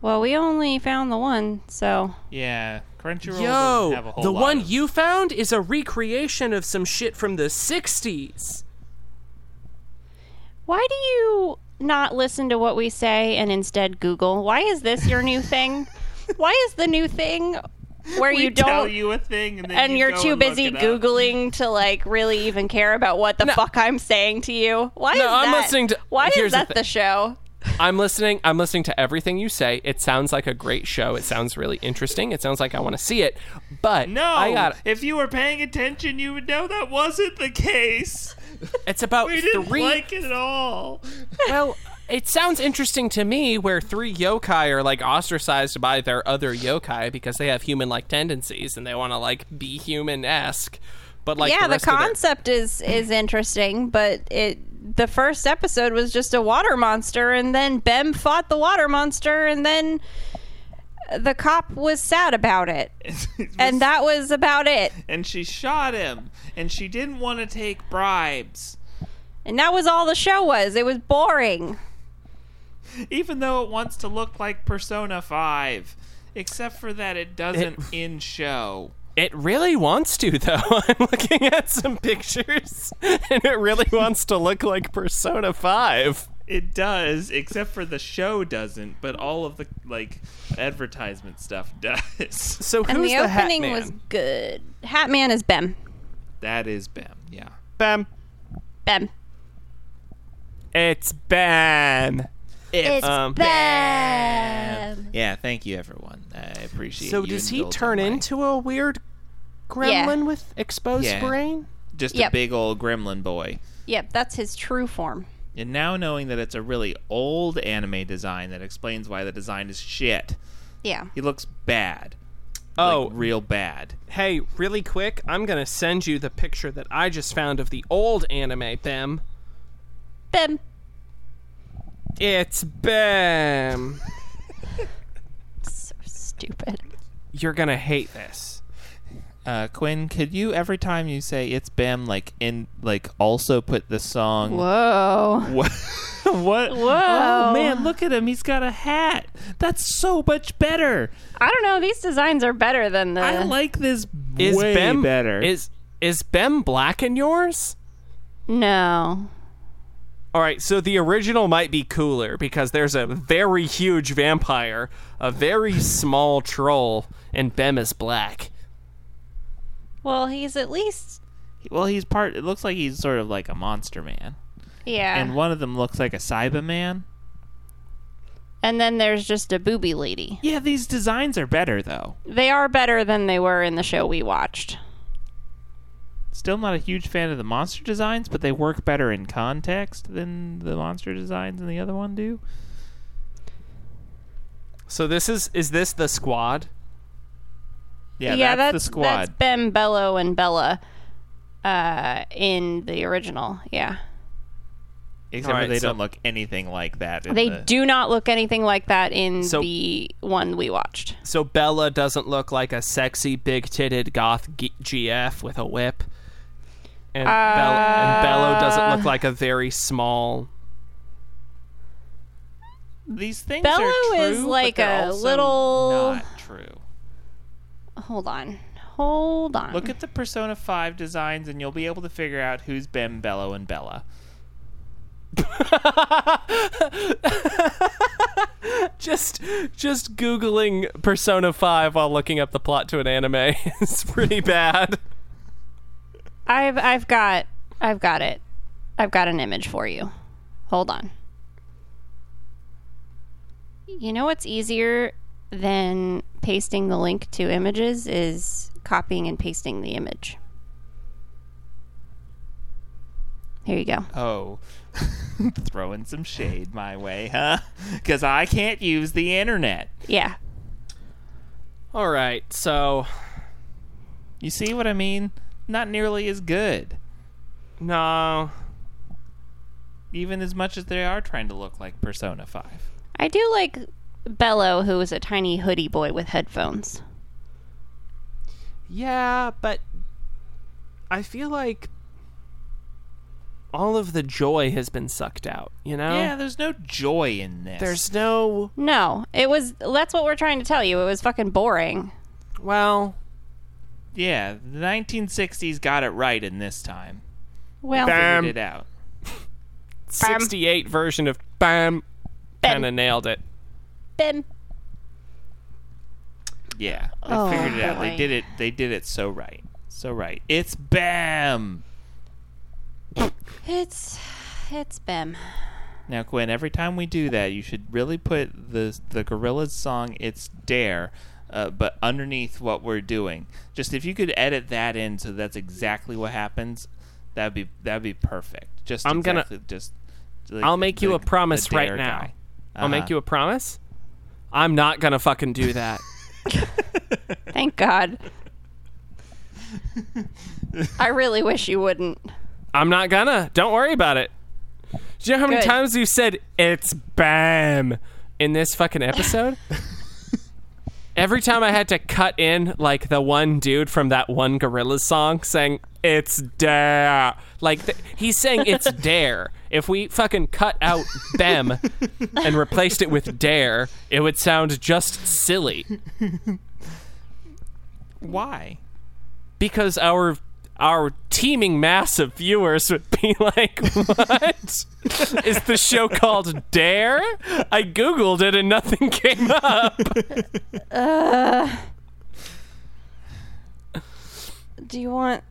C: Well, we only found the one, so
B: Yeah, Crunchyroll. doesn't have a
A: Yo,
B: whole
A: the
B: lot
A: one
B: of-
A: you found is a recreation of some shit from the 60s.
C: why do you not listen to what we say and instead Google? Why is this your new thing? why is the new thing where
B: We
C: you don't
B: tell you a thing, and, then
C: and
B: you
C: you're
B: go
C: too
B: and look
C: busy
B: it up.
C: googling to like really even care about what the fuck I'm saying to you. Why is
A: No,
C: that?
A: I'm listening to-
C: why
A: here's
C: is
A: the
C: that the,
A: thi-
C: show?
A: I'm listening. I'm listening to everything you say. It sounds like a great show. It sounds really interesting. It sounds like I want to see it. But
B: No,
A: I got
B: if you were paying attention, you would know that wasn't the case.
A: it's about
B: We didn't
A: three.
B: like it at all.
A: well, it sounds interesting to me where three yokai are like ostracized by their other yokai because they have human-like tendencies and they want to like be human-esque. But like
C: yeah, the,
A: rest of their-
C: concept is is interesting, but it the first episode was just a water monster, and then Bem fought the water monster, and then the cop was sad about it, and that was about it,
B: and she shot him, and she didn't want to take bribes,
C: and that was all the show was. It was boring.
B: even though it wants to look like Persona Five, except for that it doesn't in show.
A: It really wants to, though. I'm looking at some pictures, and it really wants to look like Persona 5.
B: It does, except for the show doesn't, but all of the like advertisement stuff does.
A: So
C: And
A: who's
C: the
A: the, Hat
C: opening
A: Man?
C: was good. Hat Man is Bem.
B: That is Bam. Yeah.
A: Bam.
C: Bem.
A: It's Bam.
B: It's
A: Um,
C: Bam.
B: Yeah, thank you everyone. I appreciate
A: So
B: you
A: does he
B: indulging
A: turn
B: my-
A: into a weird gremlin
C: Yeah.
A: with exposed
B: Yeah.
A: brain?
B: just a
C: Yep.
B: big old gremlin boy?
C: Yep, that's his true form.
B: And now knowing that it's a really old anime design that explains why the design is shit.
C: Yeah.
B: He looks bad.
A: Oh,
B: Like, real bad.
A: hey, really quick, I'm going to send you the picture that I just found of the old anime Bam.
C: Bim.
A: It's Bam.
C: So stupid.
A: You're going to hate this.
B: Uh, Quinn, could you every time you say it's Bam, like in like also put the song
C: Whoa.
B: What? what? Whoa. Oh, man, look at him. He's got a hat. That's so much better.
C: I don't know. These designs are better than the.
B: I like this
A: Is
B: way
A: Bem
B: better.
A: Is is Bem black in yours?
C: no.
A: All right, so the original might be cooler because there's a very huge vampire, a very small troll, and Bem is black.
C: Well, he's at least.
B: well, he's part. It looks like he's sort of like a monster man,
C: Yeah.
B: and
C: And,
B: one of them looks like a Cyberman.
C: then there's just a booby lady.
B: Yeah, these designs are better though.
C: They are better than they were in the show we watched.
B: Still not a huge fan of the monster designs, but they work better in context than the monster designs in the other one do.
A: So this is is this the squad?
B: Yeah,
C: that's,
B: that's, the squad.
C: That's Ben, Bello, and Bella uh, in the original. Yeah.
B: Except
A: All
B: for
A: right,
B: they
A: so-
B: don't look anything like that. in
C: They
B: the-
C: do not look anything like that in
A: So-
C: the one we watched.
A: So Bella doesn't look like a sexy, big-titted goth g- GF with a whip, and, Bella, and Bello doesn't look like a very small.
B: These things
C: Bello
B: are true,
C: is
B: but
C: like
B: they're
C: a
B: also
C: little-
B: not true.
C: Hold on. Hold on.
B: Look at the Persona 5 designs and you'll be able to figure out who's Ben, Bello, and Bella.
A: Just, just googling Persona Five while looking up the plot to an anime is pretty bad.
C: I've I've got I've got it. I've got an image for you. Hold on. You know what's easier than pasting the link to images is copying and pasting the image. Here you go.
B: Oh. Throwing some shade my way, huh? Because I can't use the internet.
C: Yeah.
A: All right, so
B: You see what I mean? Not nearly as good.
A: no,
B: Even as much as they are trying to look like Persona 5.
C: I do like Bello, who is a tiny hoodie boy with headphones.
A: yeah, but I feel like all of the joy has been sucked out. You know,
B: Yeah, there's no joy in this.
A: there's no
C: No, it was that's what we're trying to tell you. It was fucking boring.
A: well.
B: Yeah, the 1960s got it right in this time.
C: Well,
A: Bam.
B: Figured it out.
A: 68 version of Bam
C: Bam.
A: kind of nailed it.
C: bim.
B: Yeah, they
C: Oh,
B: figured it out. They
C: boy.
B: did it. They did it so right. So right. It's bam.
C: It's it's bim.
B: Now, Gwen, every time we do that, you should really put the the Gorillaz song "It's Dare," uh, but underneath what we're doing. Just if you could edit that in, so that's exactly what happens. That'd be that'd be perfect. Just
A: I'm gonna-
B: exactly, just. like
A: I'll make you a promise
B: the
A: right
B: dare
A: now.
B: guy.
A: I'll make
B: Uh-huh.
A: you a promise. I'm not going to fucking do that.
C: Thank God. I really wish you wouldn't.
A: I'm not going to. Don't worry about it. Do you know how many
C: Good.
A: times we've said, it's Bam in this fucking episode? Every time I had to cut in, like, the one dude from that one Gorillaz song saying, it's Dare. Like, th- he's saying it's Dare. If we fucking cut out Bam and replaced it with Dare, it would sound just silly.
B: Why?
A: because our our teeming mass of viewers would be like, "What is the show called? Dare?" I googled it and nothing came up.
D: Do you want?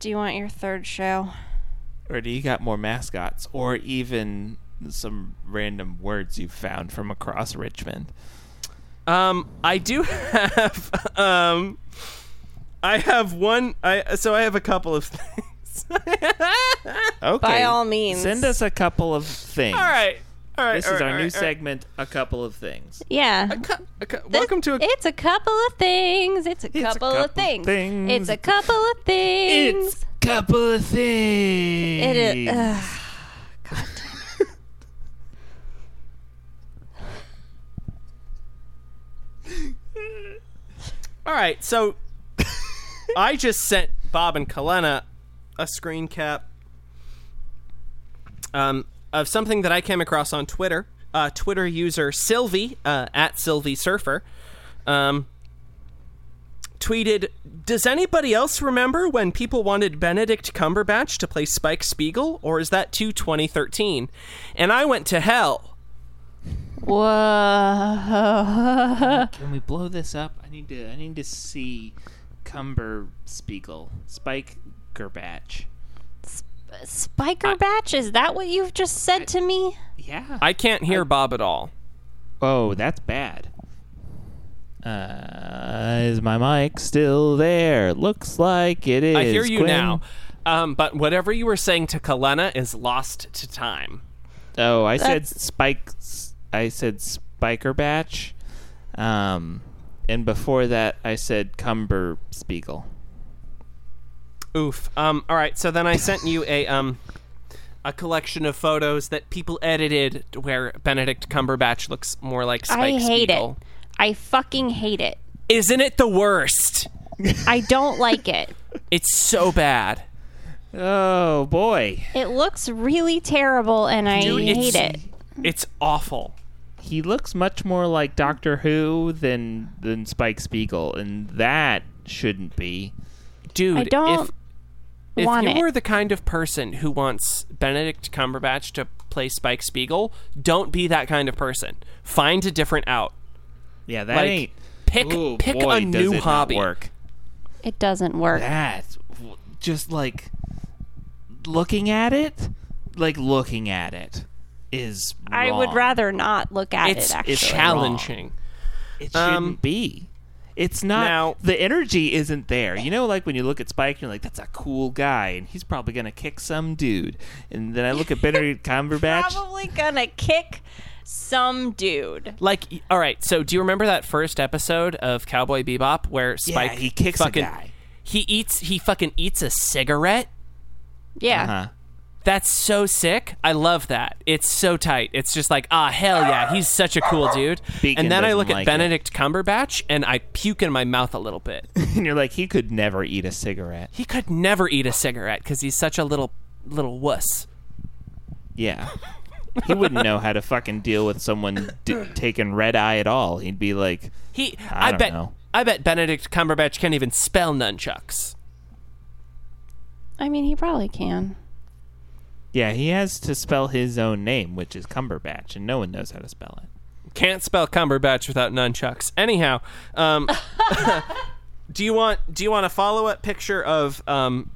D: Do you want your third show?
B: Or do you got more mascots, or even some random words you found from across Richmond?
A: Um, I do have um, I have one. I so I have a couple of things.
B: Okay.
D: By all means.
B: Send us a couple of things.
A: all right, all right.
B: This
A: all
B: is
A: right,
B: our
A: all
B: new
A: right, all right.
B: segment, A Couple of Things.
C: Yeah.
A: Cu- a cu- Welcome to a
C: It's a couple of things. It's a couple,
B: couple
C: of things.
B: things.
C: It's a couple of things.
B: It's Couple of Things.
D: It is. uh. ugh.
A: All right, so I just sent Bob and Kalena a screen cap um, of something that I came across on Twitter. Uh, Twitter user Sylvie uh, at Sylvie Surfer um, tweeted, "Does anybody else remember when people wanted Benedict Cumberbatch to play Spike Spiegel, or is that too 2013?" And I went to hell.
C: Whoa.
B: Can we blow this up? I need to. I need to see Cumber Spiegel, Spike Gerbatch.
C: Spiker Batch, is that what you've just said to me?
B: Yeah.
A: I can't hear Bob at all.
B: Oh, that's bad. Uh, is my mic still there? Looks like it is.
A: I hear you
B: Gwen.
A: now. Um, but whatever you were saying to Kalena is lost to time.
B: Oh, I said
D: That's-
B: Spike. I said Spiker Batch. Um, and before that, I said Cumber Spiegel.
A: Oof. Um, all right. So then I sent you a um, a collection of photos that people edited where Benedict Cumberbatch looks more like Spike
C: I hate
A: Spiegel.
C: it. I fucking hate it.
A: Isn't it the worst?
C: I don't like it.
A: It's so bad.
B: Oh boy,
C: It looks really terrible and I
A: Dude,
C: hate
A: it's-
C: it.
A: It's awful.
B: he looks much more like Doctor Who than than Spike Spiegel, and that shouldn't be.
A: Dude,
C: I
A: if
C: don't
A: if
C: want
A: you
C: it.
A: were the kind of person who wants Benedict Cumberbatch to play Spike Spiegel, don't be that kind of person. Find a different out.
B: Yeah, that
A: Like,
B: ain't.
A: Pick
B: Ooh,
A: pick
B: boy,
A: a
B: does
A: new
B: it not
A: hobby.
B: work.
C: It doesn't work.
B: That's w- just like looking at it, like looking at it is.
C: I would
B: wrong.
C: rather not look at
A: It's,
C: it actually.
A: it's challenging.
B: It shouldn't
A: Um,
B: be. It's not
A: Now-
B: the energy isn't there. You know, like when you look at Spike, you're like, "That's a cool guy, and he's probably gonna kick some dude." And then I look at Benedict Cumberbatch.
C: Probably gonna kick some dude.
A: Like, y- all right. So, do you remember that first episode of Cowboy Bebop where Spike
B: he kicks a
A: fucking,
B: guy.
A: He eats. He fucking eats a cigarette.
C: Yeah.
B: Uh-huh.
A: That's so sick. I love that. It's so tight. It's just like, ah, hell yeah, he's such a cool dude.
B: Beacon
A: and then I
B: doesn't
A: look at
B: like it.
A: Benedict Cumberbatch and I puke in my mouth a little bit.
B: and you're like, he could never eat a cigarette.
A: he could never eat a cigarette because he's such a little little wuss.
B: Yeah. He wouldn't know how to fucking deal with someone d- taking red eye at all. He'd be like,
A: He,
B: I
A: I,
B: don't
A: bet,
B: know.
A: I bet Benedict Cumberbatch can't even spell nunchucks.
C: I mean, he probably can.
B: yeah, he has to spell his own name, which is Cumberbatch, and no one knows how to spell it.
A: Can't spell Cumberbatch without nunchucks. Anyhow, um, do you want do you want a follow up picture of um,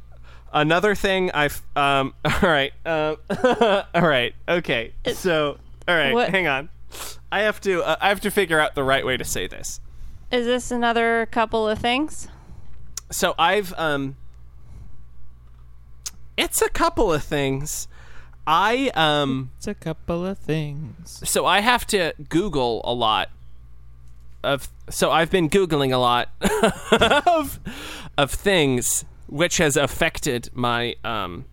A: another thing? I've um, all right, uh, all right, okay. So all right,
C: what-
A: hang on. I have to uh, I have to figure out the right way to say this.
C: Is this another couple of things?
A: So I've um, it's a couple of things. I um.
B: It's a couple of things.
A: so I have to Google a lot of so I've been googling a lot of of things which has affected my um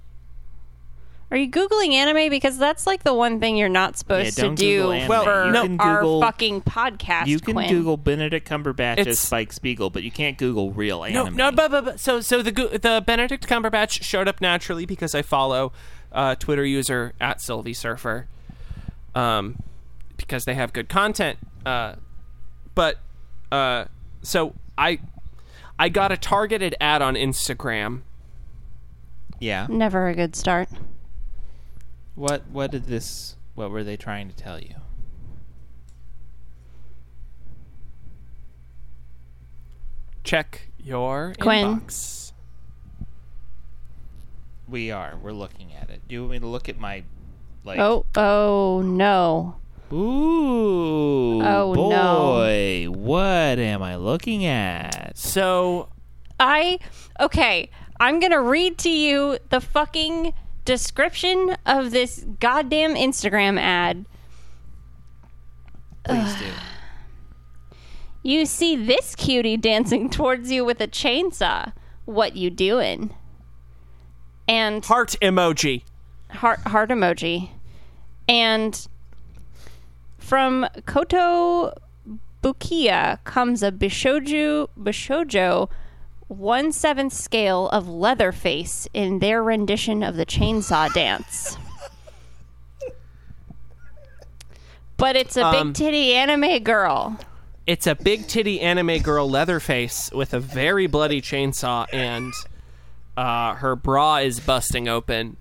C: Are you googling anime because that's like the one thing you're not supposed
B: Yeah,
C: to
B: don't Google
C: do
B: anime.
A: Well,
C: for
A: You no.
B: can
C: our
B: Google-
C: fucking podcast?
B: You can
C: Quinn.
B: Google Benedict Cumberbatch as
A: It's-
B: Spike Spiegel, but you can't Google real
A: no
B: anime.
A: no but, but, but so so the Goo- the Benedict Cumberbatch showed up naturally because I follow uh Twitter user at Sylvie Surfer um because they have good content uh but uh so I I got a targeted ad on Instagram
B: yeah.
C: Never a good start.
B: What what did this? What were they trying to tell you?
A: check your
C: Quinn.
A: inbox.
B: We are. We're looking at it. Do you want me to look at my? Like,
C: Oh, oh no.
B: Ooh.
C: Oh,
B: boy. What am I looking at?
A: So
C: I okay, I'm going to read to you the fucking description of this goddamn Instagram ad.
B: Please do.
C: You see this cutie dancing towards you with a chainsaw. What you doing? And
A: heart emoji.
C: heart heart emoji. And from Koto Bukia comes a Bishoju Bishojo one seventh scale of Leatherface in their rendition of the chainsaw dance. But it's a
A: Um,
C: big titty anime girl.
A: It's a big titty anime girl Leatherface with a very bloody chainsaw and uh, her bra is busting open.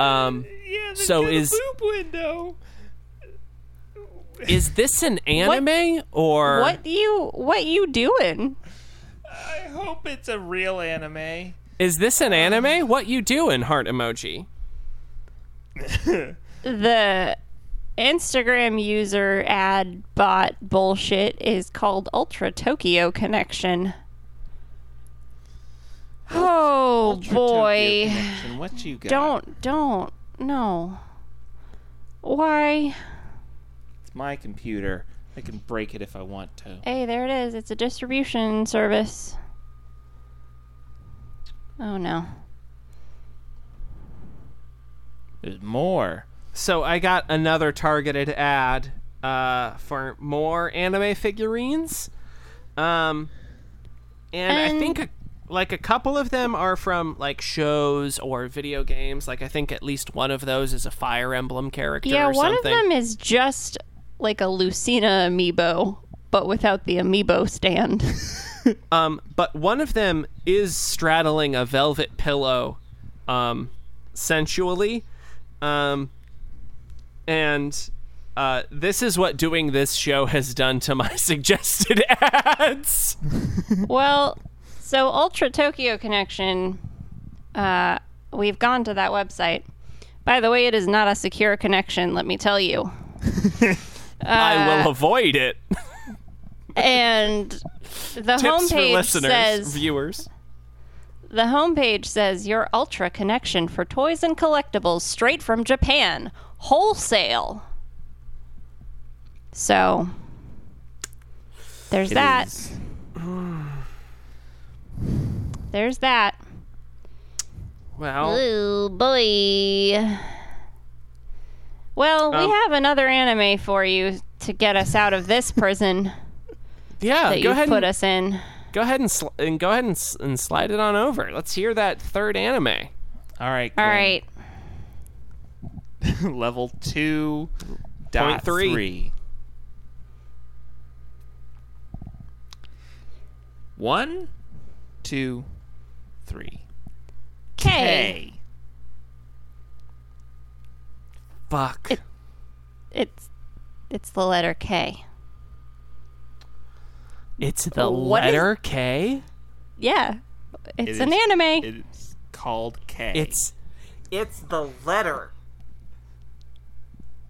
A: Um, so is
B: window.
A: is this an anime or
C: What you what you doing?
B: I hope it's a real anime.
A: is this an anime? What you doing? Heart emoji.
C: The Instagram user ad bot bullshit is called Ultra Tokyo Connection. Oh boy.
B: What you got?
C: Don't don't no. Why?
B: It's my computer. I can break it if I want to.
C: Hey, there it is. It's a distribution service. Oh no.
B: There's more.
A: So I got another targeted ad uh, for more anime figurines, um, and, I
C: And-
A: think a, like a couple of them are from like shows or video games. Like I think at least one of those is a Fire Emblem character.
C: Yeah,
A: or
C: one
A: something.
C: of them is just like a Lucina amiibo, but without the amiibo stand.
A: Um, but one of them is straddling a velvet pillow, um, sensually, um, and uh, this is what doing this show has done to my suggested ads.
C: well, so Ultra Tokyo Connection, uh, we've gone to that website. By the way, it is not a secure connection, let me tell you. Uh,
A: I will avoid it.
C: And the
A: Tips for
C: homepage
A: listeners,
C: says
A: viewers.
C: The homepage says your Ultra connection for toys and collectibles straight from Japan, wholesale. So there's
B: It
C: that.
B: is-
C: There's that.
A: Well,
C: Oh boy. Well,
A: Um,
C: we have another anime for you to get us out of this prison
A: yeah.
C: that
A: Go
C: you
A: ahead,
C: put
A: and,
C: us in.
A: go ahead and sl- and go ahead and, s- and slide it on over. Let's hear that third anime.
B: All right.
C: All
B: Glenn.
C: right.
B: Level two. Dot
A: Point three.
B: three. One, two, three.
C: K.
B: K.
A: Fuck.
C: It's it's the letter K.
A: it's the
C: What is-
A: letter K.
C: Yeah. It's
B: It
C: an
B: is-
C: anime.
B: It's called K.
A: It's it's the letter.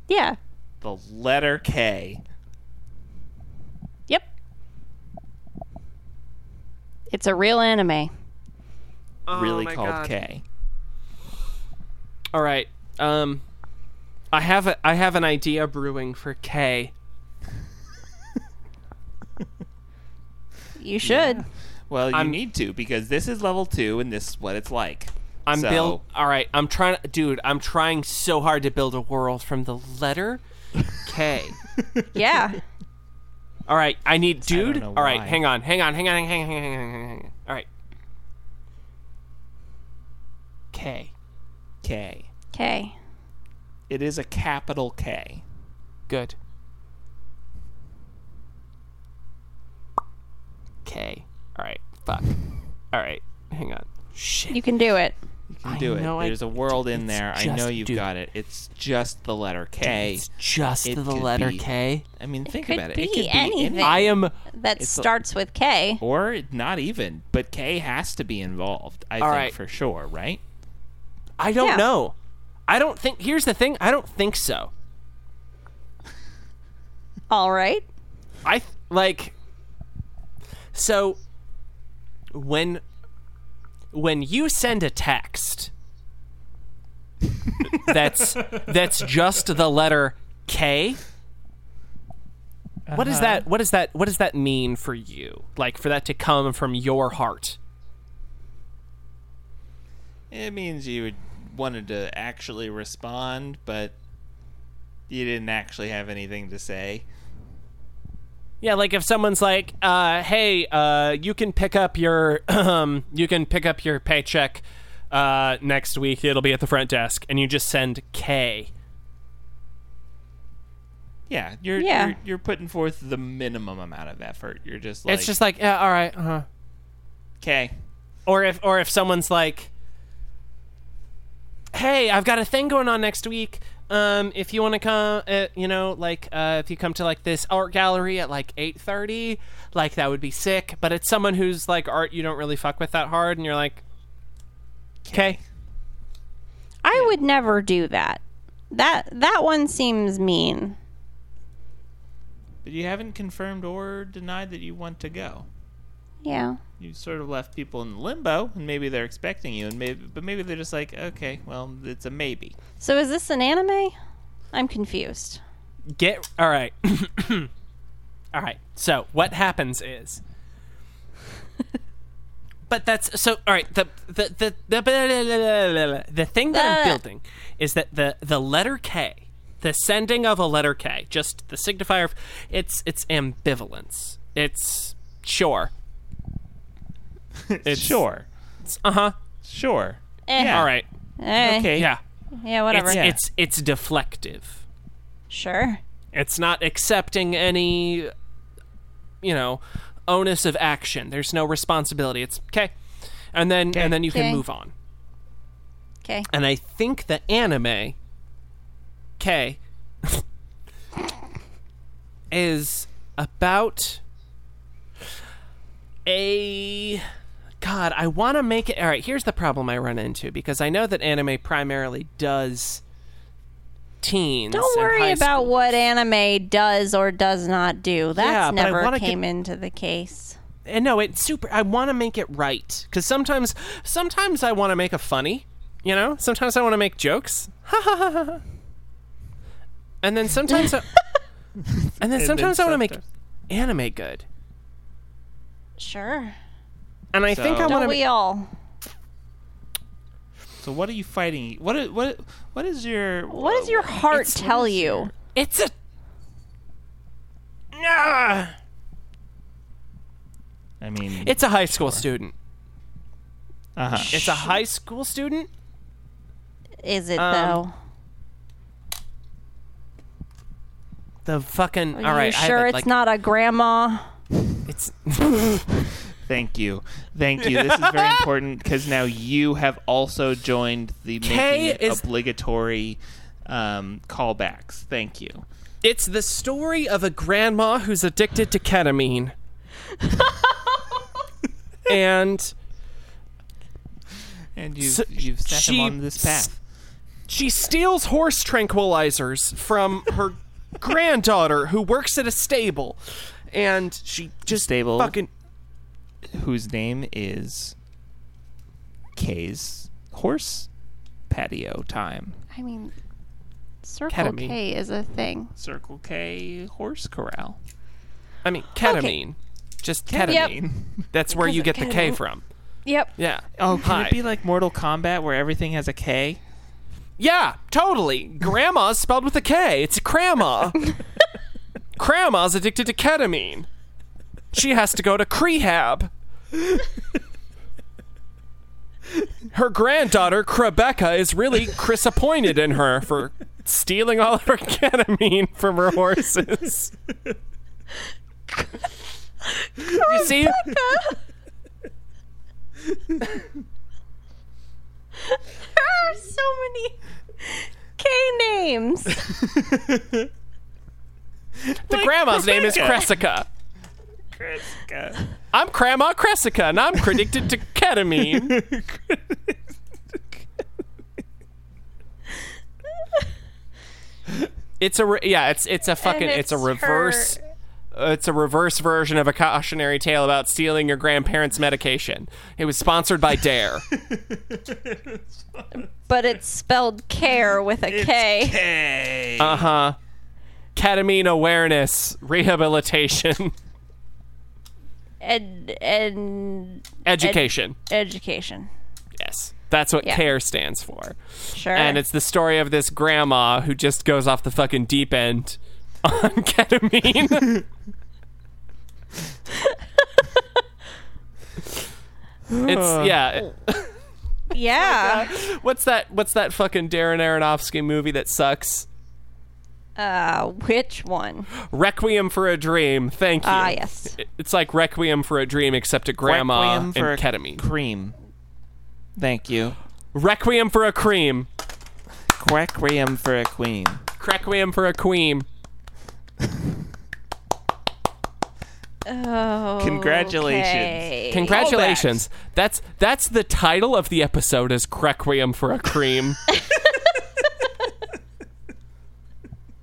C: yeah.
B: the letter K.
C: Yep. It's a real anime. Oh
B: really
A: Oh my
B: called
A: God.
B: K.
A: All right. Um, I have a I have an idea brewing for K.
C: You should.
B: Well, you
A: I'm-
B: need to because this is level two, and this is what it's like.
A: I'm
B: so,
A: build. All right. I'm trying, dude. I'm trying so hard to build a world from the letter K.
C: Yeah.
A: All right. I need, dude.
B: know
A: all right.
B: why.
A: Hang on. Hang on. Hang on. Hang on. Hang on. Hang on. Hang on. Hang on. All right. K.
B: K.
C: Okay.
B: It is a capital K.
A: Good. K. All right. Fuck. All right. Hang on. Shit.
C: You can do it.
B: can do
A: I
B: it.
A: know I-
B: There's a world in there. I
A: just
B: know you've
A: do
B: got it. It's just the letter K.
A: It's just
B: It
A: the
B: could
A: letter
B: be-
A: K.
B: I mean, think
C: could
B: about it. It
C: be
B: could be
C: anything.
B: any-
A: I am.
C: That
B: It's a-
C: starts with K.
B: or not even, but K has to be involved. I
A: All
B: think
A: right.
B: for sure, right?
A: I don't
C: Yeah.
A: know. I don't think. Here's the thing. I don't think so.
C: All right.
A: I th- like so when when you send a text that's that's just the letter K. What does that what does that what does that mean for you? Like for that to come from your heart.
B: It means you would- wanted to actually respond, but you didn't actually have anything to say.
A: Yeah, like if someone's like, uh, "Hey, uh, you can pick up your um, you can pick up your paycheck uh, next week. It'll be at the front desk," and you just send K.
B: Yeah, you're
C: Yeah.
B: you're, you're putting forth the minimum amount of effort. You're just like
A: it's just like, yeah, all right, uh-huh.
B: K.
A: or if or if someone's like, "Hey, I've got a thing going on next week. Um, if you want to come, uh, you know, like uh, if you come to like this art gallery at like eight thirty, like that would be sick." But it's someone who's like art you don't really fuck with that hard, and you're like, "Okay."
C: I would never do that. That that one seems mean.
B: But you haven't confirmed or denied that you want to go.
C: Yeah.
B: you sort of left people in limbo and maybe they're expecting you and maybe but maybe they're just like okay well it's a maybe
C: So is this an anime? I'm confused.
A: get all right all right so what happens is but that's so. All right. The the the the, the, thing that I'm
C: Blah.
A: building is that the the letter K, the sending of a letter K, just the signifier of it's it's ambivalence. It's sure. It's-
B: sure,
A: Uh huh.
B: sure.
C: Eh.
B: Yeah.
A: All right.
C: Eh,
B: Okay.
A: Yeah.
C: Yeah, whatever.
A: It's
B: Yeah.
A: it's it's deflective.
C: Sure.
A: It's not accepting any, you know, onus of action. There's no responsibility. It's okay, and then and then you
C: Okay.
A: can move on.
C: Okay.
A: And I think the anime K is about a God. I want to make it. All right. Here's the problem I run into because I know that anime primarily does teens.
C: Don't
A: and high
C: worry about
A: school-
C: what anime does or does not do.
A: Yeah,
C: That's
A: but I
C: never
A: wanna get-
C: came into the case.
A: and no, it's super. I want to make it right because sometimes, sometimes I want to make a funny, you know. Sometimes I want to make jokes, ha ha ha ha, ha. and then sometimes, I, and then
B: then
A: sometimes I want to make
B: sometimes.
A: anime good.
C: Sure.
A: And I think
B: So-
A: I
C: Don't
A: want
C: we
A: to.
C: all?
B: So what are you fighting? What i- what what is your
C: What does your heart
A: It's-
C: tell you?
A: It's a. Nah,
B: I mean,
A: it's a high school student.
B: uh-huh.
A: It's a high school student.
C: Is it
A: Um,
C: though?
A: The fucking.
C: Are
A: all right,
C: you
A: I have
C: sure
A: it,
C: it's
A: like-
C: not a grandma?
A: It's
B: Thank you. Thank you. This is very important because now you have also joined the
A: Kay
B: making it
A: is-
B: obligatory um, callbacks. Thank you.
A: it's the story of a grandma who's addicted to ketamine. and
B: And you've,
A: So
B: you've set
A: she-
B: him on this path.
A: she steals horse tranquilizers from her granddaughter who works at a stable. And she just
B: Stable.
A: fucking
B: Whose name is Kay's horse patio time.
C: I mean, Circle
A: Ketamine.
C: K is a thing.
B: Circle K horse corral.
A: I mean ketamine. Just ketamine. That's where you get the K from.
C: Yep.
A: Yeah.
B: Oh, can
A: Hi.
B: it be like Mortal Kombat where everything has a K?
A: Yeah, totally. Grandma's spelled with a K. It's grandma. Grandma's addicted to ketamine. She has to go to crehab. Her granddaughter, Rebecca, is really disappointed in her for stealing all of her ketamine from her horses. you see?
C: There are so many K names.
A: The grandma's name is Cressica. I'm Grandma Cressica, and I'm addicted to ketamine. It's a re- yeah. It's it's a fucking. It's, a
C: it's
A: reverse. uh, It's a reverse version of a cautionary tale about stealing your grandparents' medication. It was sponsored by Dare.
C: But it's spelled care with a K.
B: K.
A: Uh huh. Ketamine awareness rehabilitation
C: Ed, ed,
A: education.
C: education.
A: yes, that's what
C: Yeah.
A: CARE stands for.
C: Sure.
A: And it's the story of this grandma who just goes off the fucking deep end on ketamine. it's yeah.
C: yeah.
A: Oh What's that? What's that fucking Darren Aronofsky movie that sucks?
C: Uh, which one?
A: Requiem for a Dream. Thank you.
C: Ah, yes.
A: It- It's like Requiem for a Dream, except a grandma
B: Requiem for
A: and ketamine.
B: Cream. Thank you.
A: Requiem for a cream.
B: Requiem for a queen.
A: Requiem for a queen.
C: Oh.
B: Congratulations.
A: Congratulations. That's that's the title of the episode is Requiem for a Cream.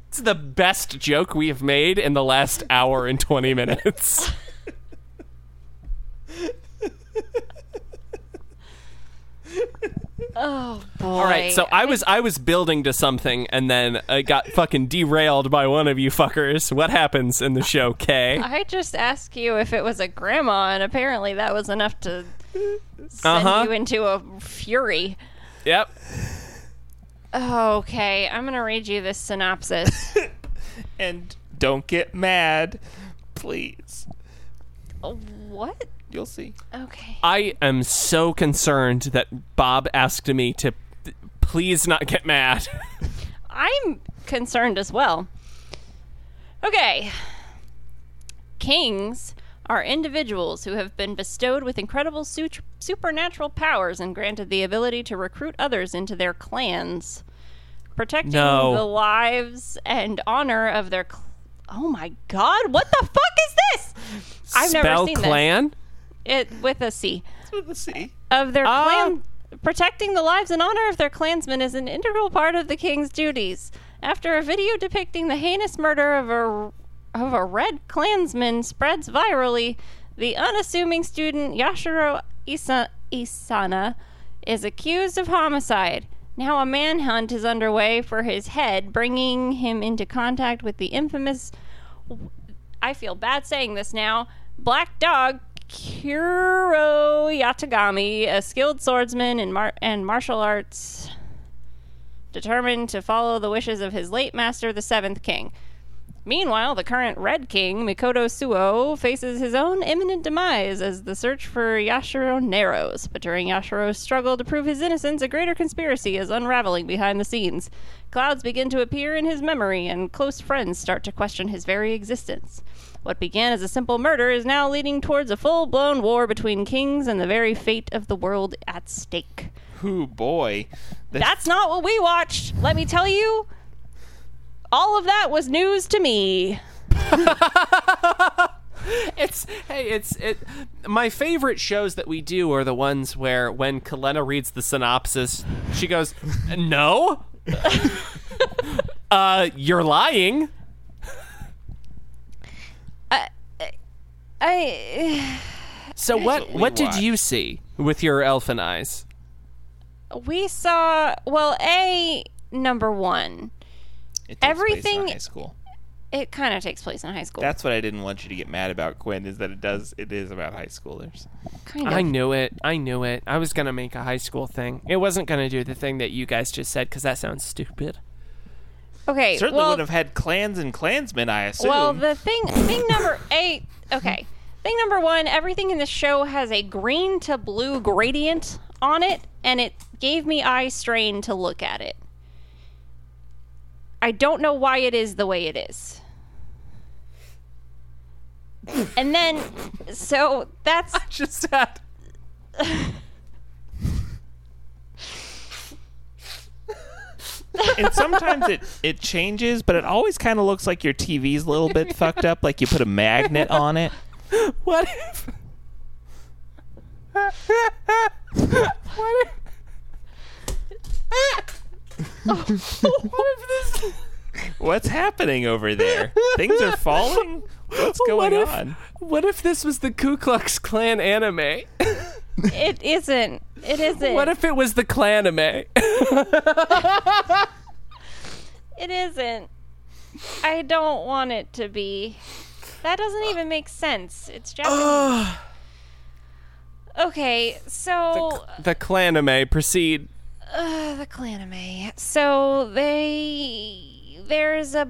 A: it's the best joke we have made in the last hour and 20 minutes.
C: Oh boy.
A: All right, so I was I was building to something and then I got fucking derailed by one of you fuckers. What happens in the show, Kay?
C: I just asked you if it was a grandma, and apparently that was enough to send
A: Uh-huh.
C: you into a fury.
A: Yep.
C: Okay, I'm gonna read you this synopsis.
B: And don't get mad, please.
C: what?
B: You'll see.
C: Okay.
A: I am so concerned that Bob asked me to p- please not get mad.
C: I'm concerned as well. Okay. Kings are individuals who have been bestowed with incredible su- supernatural powers and granted the ability to recruit others into their clans, protecting
A: No.
C: the lives and honor of their. Cl- oh my god, what the fuck is this? I've
A: Spell
C: never seen
A: clan.
C: this. It with a C
B: It's with a C.
C: of their
A: Ah.
C: clan. Protecting the lives and honor of their clansmen is an integral part of the king's duties. After a video depicting the heinous murder of a of a red clansman spreads virally, the unassuming student Yashiro Isa- Isana is accused of homicide. Now a manhunt is underway for his head, bringing him into contact with the infamous I feel bad saying this now. Black Dog Kuro Yatagami, a skilled swordsman in mar- and martial arts, determined to follow the wishes of his late master, the Seventh King. Meanwhile, the current Red King, Mikoto Suo, faces his own imminent demise as the search for Yashiro narrows. But during Yashiro's struggle to prove his innocence, a greater conspiracy is unraveling behind the scenes. Clouds begin to appear in his memory, and close friends start to question his very existence. What began as a simple murder is now leading towards a full blown war between kings and the very fate of the world at stake.
B: Who boy. That's
C: That's not what we watched. Let me tell you, all of that was news to me.
A: It's hey, it's it. My favorite shows that we do are the ones where when Kalena reads the synopsis, she goes, "No, uh, you're lying."
C: I
A: So what?
B: we
A: What did
B: watch.
A: you see with your elfin eyes?
C: we saw well a number one.
B: it takes
C: everything-
B: Place in high school.
C: It kind of takes place in high school.
B: That's what I didn't want you to get mad about, Quinn, is that it does it is about high schoolers.
C: kind of
A: I knew it. I knew it. I was gonna make a high school thing. It wasn't gonna do the thing that you guys just said because that sounds stupid.
C: okay.
B: Certainly
C: well,
B: would have had clans and clansmen, I assume.
C: well, the thing thing number eight. Okay, thing number one. Everything in this show has a green to blue gradient on it, and it gave me eye strain to look at it. I don't know why it is the way it is. And then, so that's
A: Just that.
B: and sometimes it, it changes, but it always kind of looks like your TV's a little bit fucked up, like you put a magnet on it.
A: What if? what if? what if this?
B: What's happening over there? Things are falling? What's
A: what
B: going
A: if,
B: on?
A: What if this was the Ku Klux Klan anime?
C: It isn't. It isn't.
A: what if it was the Klan anime?
C: it isn't? I don't want it to be. That doesn't even make sense. It's Japanese. okay, so
A: the Klan anime. Proceed.
C: uh, the clanime. So they there's a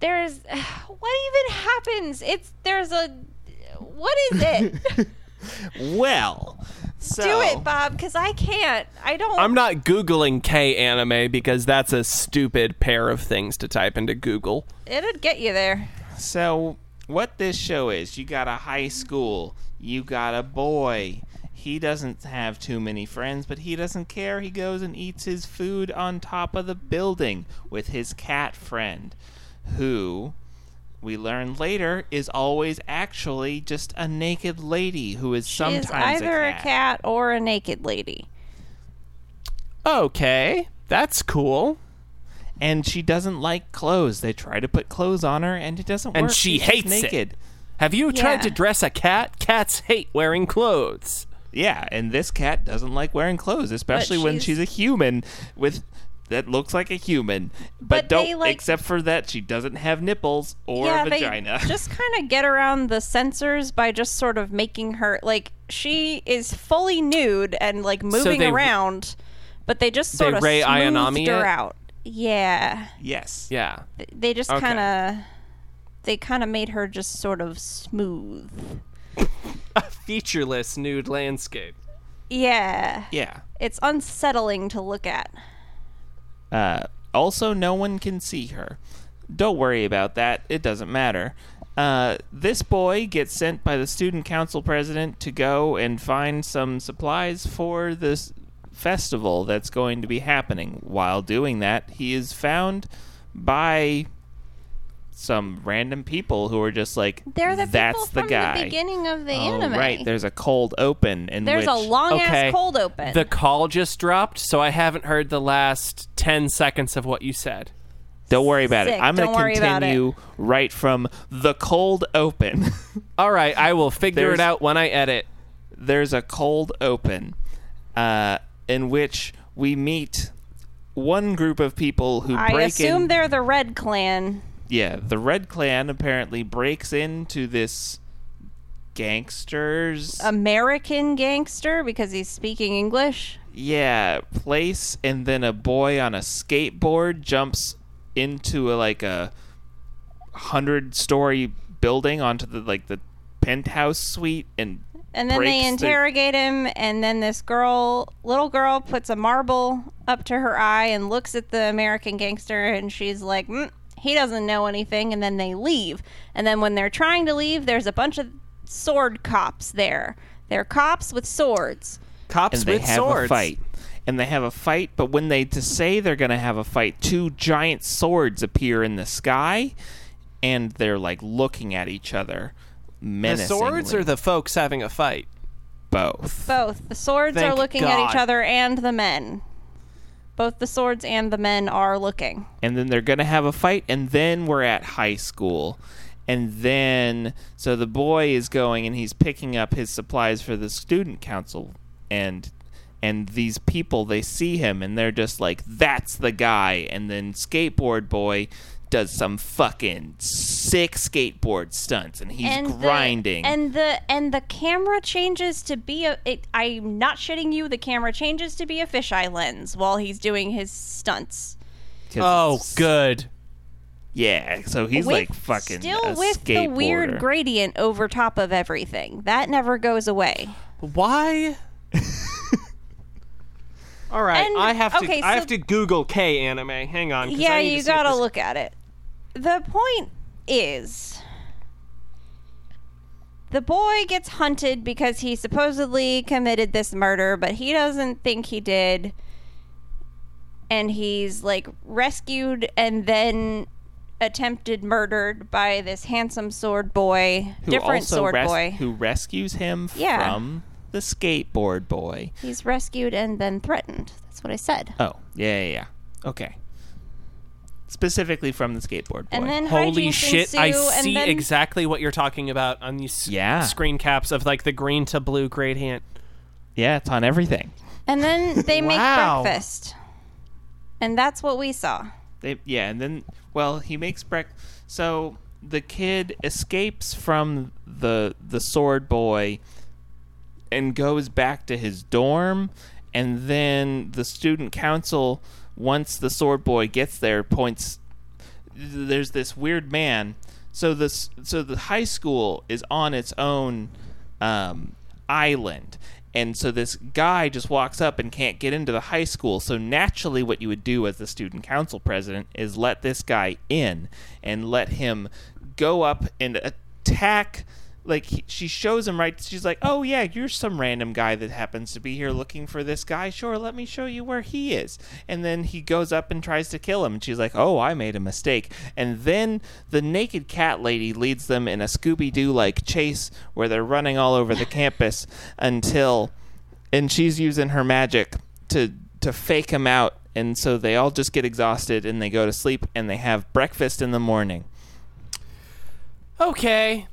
C: there's what even happens? It's there's a what is it?
B: Well, so
C: Do it, Bob, because I can't. I don't.
A: I'm not googling K anime because that's a stupid pair of things to type into Google.
C: It'd get you there.
B: So, what this show is, you got a high school, you got a boy. He doesn't have too many friends, but he doesn't care. He goes and eats his food on top of the building with his cat friend, who we learn later is always actually just a naked lady who is
C: She
B: sometimes
C: is either
B: a
C: a cat or a naked lady.
A: Okay, that's cool.
B: And she doesn't like clothes. They try to put clothes on her, and it doesn't work.
A: And she
B: She's just
A: hates it.
B: naked.
A: Have you
C: Yeah.
A: tried to dress a cat? Cats hate wearing clothes.
B: Yeah, and this cat doesn't like wearing clothes, especially when
C: she's-
B: she's a human with that looks like a human,
C: But
B: but, don't
C: they, like-
B: except for that she doesn't have nipples or
C: yeah,
B: a vagina.
C: they just kind of get around the censors by just sort of making her like she is fully nude and like moving
A: they-
C: around, but they just sort of
A: Ray
C: smoothed
A: Ayanami
C: her
A: it?
C: out. Yeah,
B: yes.
A: Yeah.
C: Th- they just
A: Okay.
C: kind of they kind of made her just sort of smooth.
A: A featureless nude landscape.
C: Yeah,
B: Yeah.
C: it's unsettling to look at.
B: Uh, also, no one can see her. Don't worry about that. It doesn't matter. Uh, this boy gets sent by the student council president to go and find some supplies for this festival that's going to be happening. While doing that, he is found by some random people who are just like,
C: They're the
B: "That's
C: people
B: the
C: from
B: guy."
C: the beginning of the
B: Oh,
C: anime.
B: right. There's a cold open, and
C: There's a long
A: Okay.
C: ass cold open.
A: The call just dropped, so I haven't heard the last 10 seconds of what you said.
B: Don't worry about it.
C: Sick.
B: I'm going
C: Don't
B: to
C: worry about it.
B: continue right from the cold open.
A: All right, I will figure
B: There's-
A: it out when I edit.
B: There's a cold open uh, in which we meet one group of people who
C: I
B: break
C: assume
B: in.
C: they're the Red Clan.
B: yeah, the Red Clan apparently breaks into this gangsters.
C: American gangster because he's speaking English.
B: yeah, place, and then a boy on a skateboard jumps into a, like a hundred story building onto the like the penthouse suite and
C: And then
B: breaks
C: they
B: the-
C: interrogate him, and then this girl, little girl, puts a marble up to her eye and looks at the American gangster, and she's like, mm, he doesn't know anything. And then they leave. And then when they're trying to leave, there's a bunch of sword cops there. They're cops with swords.
A: Cops
B: and they
A: with
B: have
A: swords.
B: a fight. And they have a fight, but when they to say they're going to have a fight, two giant swords appear in the sky, and they're like looking at each other
A: The
B: menacingly.
A: swords or the folks having a fight?
B: both?
C: Both. The swords are
A: Thank
C: looking at each
A: God.
C: other and the men. Both the swords and the men are looking.
B: And then they're going to have a fight, and then we're at high school. And then, so the boy is going and he's picking up his supplies for the student council, and and these people they see him and they're just like, "That's the guy." And then skateboard boy does some fucking sick skateboard stunts, and he's grinding.
C: The, and the and the camera changes to be a. It, I'm not shitting you. The camera changes to be a fisheye lens while he's doing his stunts.
B: 'Cause
A: Oh,
B: it's-
A: good.
B: Yeah, so he's
C: With-
B: like fucking
C: still
B: a
C: with the weird
B: skateboarder.
C: gradient over top of everything. That never goes away.
A: Why? All right,
C: And-
A: I have to.
C: okay,
A: I
C: so-
A: have to Google K anime. Hang on. 'cause
C: Yeah,
A: I need
C: you
A: see if
C: gotta
A: this-
C: look at it. The point is, the boy gets hunted because he supposedly committed this murder, but he doesn't think he did. And he's like rescued and then attempted murdered by this handsome sword boy,
B: who
C: different
B: also
C: sword
B: res-
C: boy.
B: who rescues him
C: Yeah.
B: from the skateboard boy.
C: He's rescued and then threatened. That's what I said.
B: Oh, yeah, yeah, yeah. Okay. Specifically from the skateboard boy.
C: And then
A: Holy
C: hijinks
A: shit! I
C: ensue, and
A: see
C: then-
A: exactly what you're talking about on these
B: Yeah.
A: screen caps of like the green to blue gradient.
B: yeah, it's on everything.
C: And then they make
A: Wow.
C: breakfast. And that's what we saw.
B: They yeah, and then well, he makes break. So the kid escapes from the the sword boy and goes back to his dorm, and then the student council, once the sword boy gets there, points. There's this weird man. So this so the high school is on its own um, island. And so this guy just walks up and can't get into the high school. So naturally, what you would do as the student council president is let this guy in and let him go up and attack. Like he, she shows him right. She's like, "Oh yeah, you're some random guy that happens to be here looking for this guy. Sure, let me show you where he is." And then he goes up and tries to kill him. And she's like, "Oh, I made a mistake." And then the naked cat lady leads them in a Scooby Doo like chase where they're running all over the campus until, and she's using her magic to to fake him out. And so they all just get exhausted and they go to sleep and they have breakfast in the morning.
A: Okay,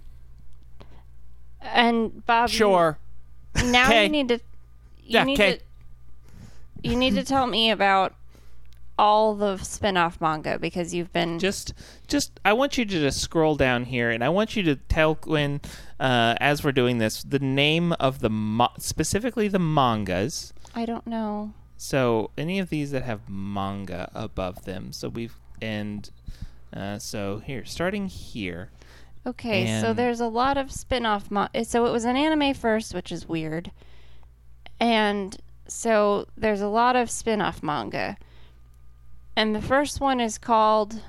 C: And Bob, you-
A: sure.
C: now
A: Okay.
C: you need to. You
A: Yeah,
C: need
A: okay.
C: to. You need to tell me about all the spin-off manga because you've been
B: just just i want you to just scroll down here and i want you to tell quinn uh, as we're doing this the name of the mo- specifically the mangas
C: I don't know.
B: so any of these that have manga above them so we've and uh, so here starting here
C: Okay, so
B: And-
C: there's a lot of spin-off mo- eh, so it was an anime first, which is weird. And so there's a lot of spin-off manga. And the first one is called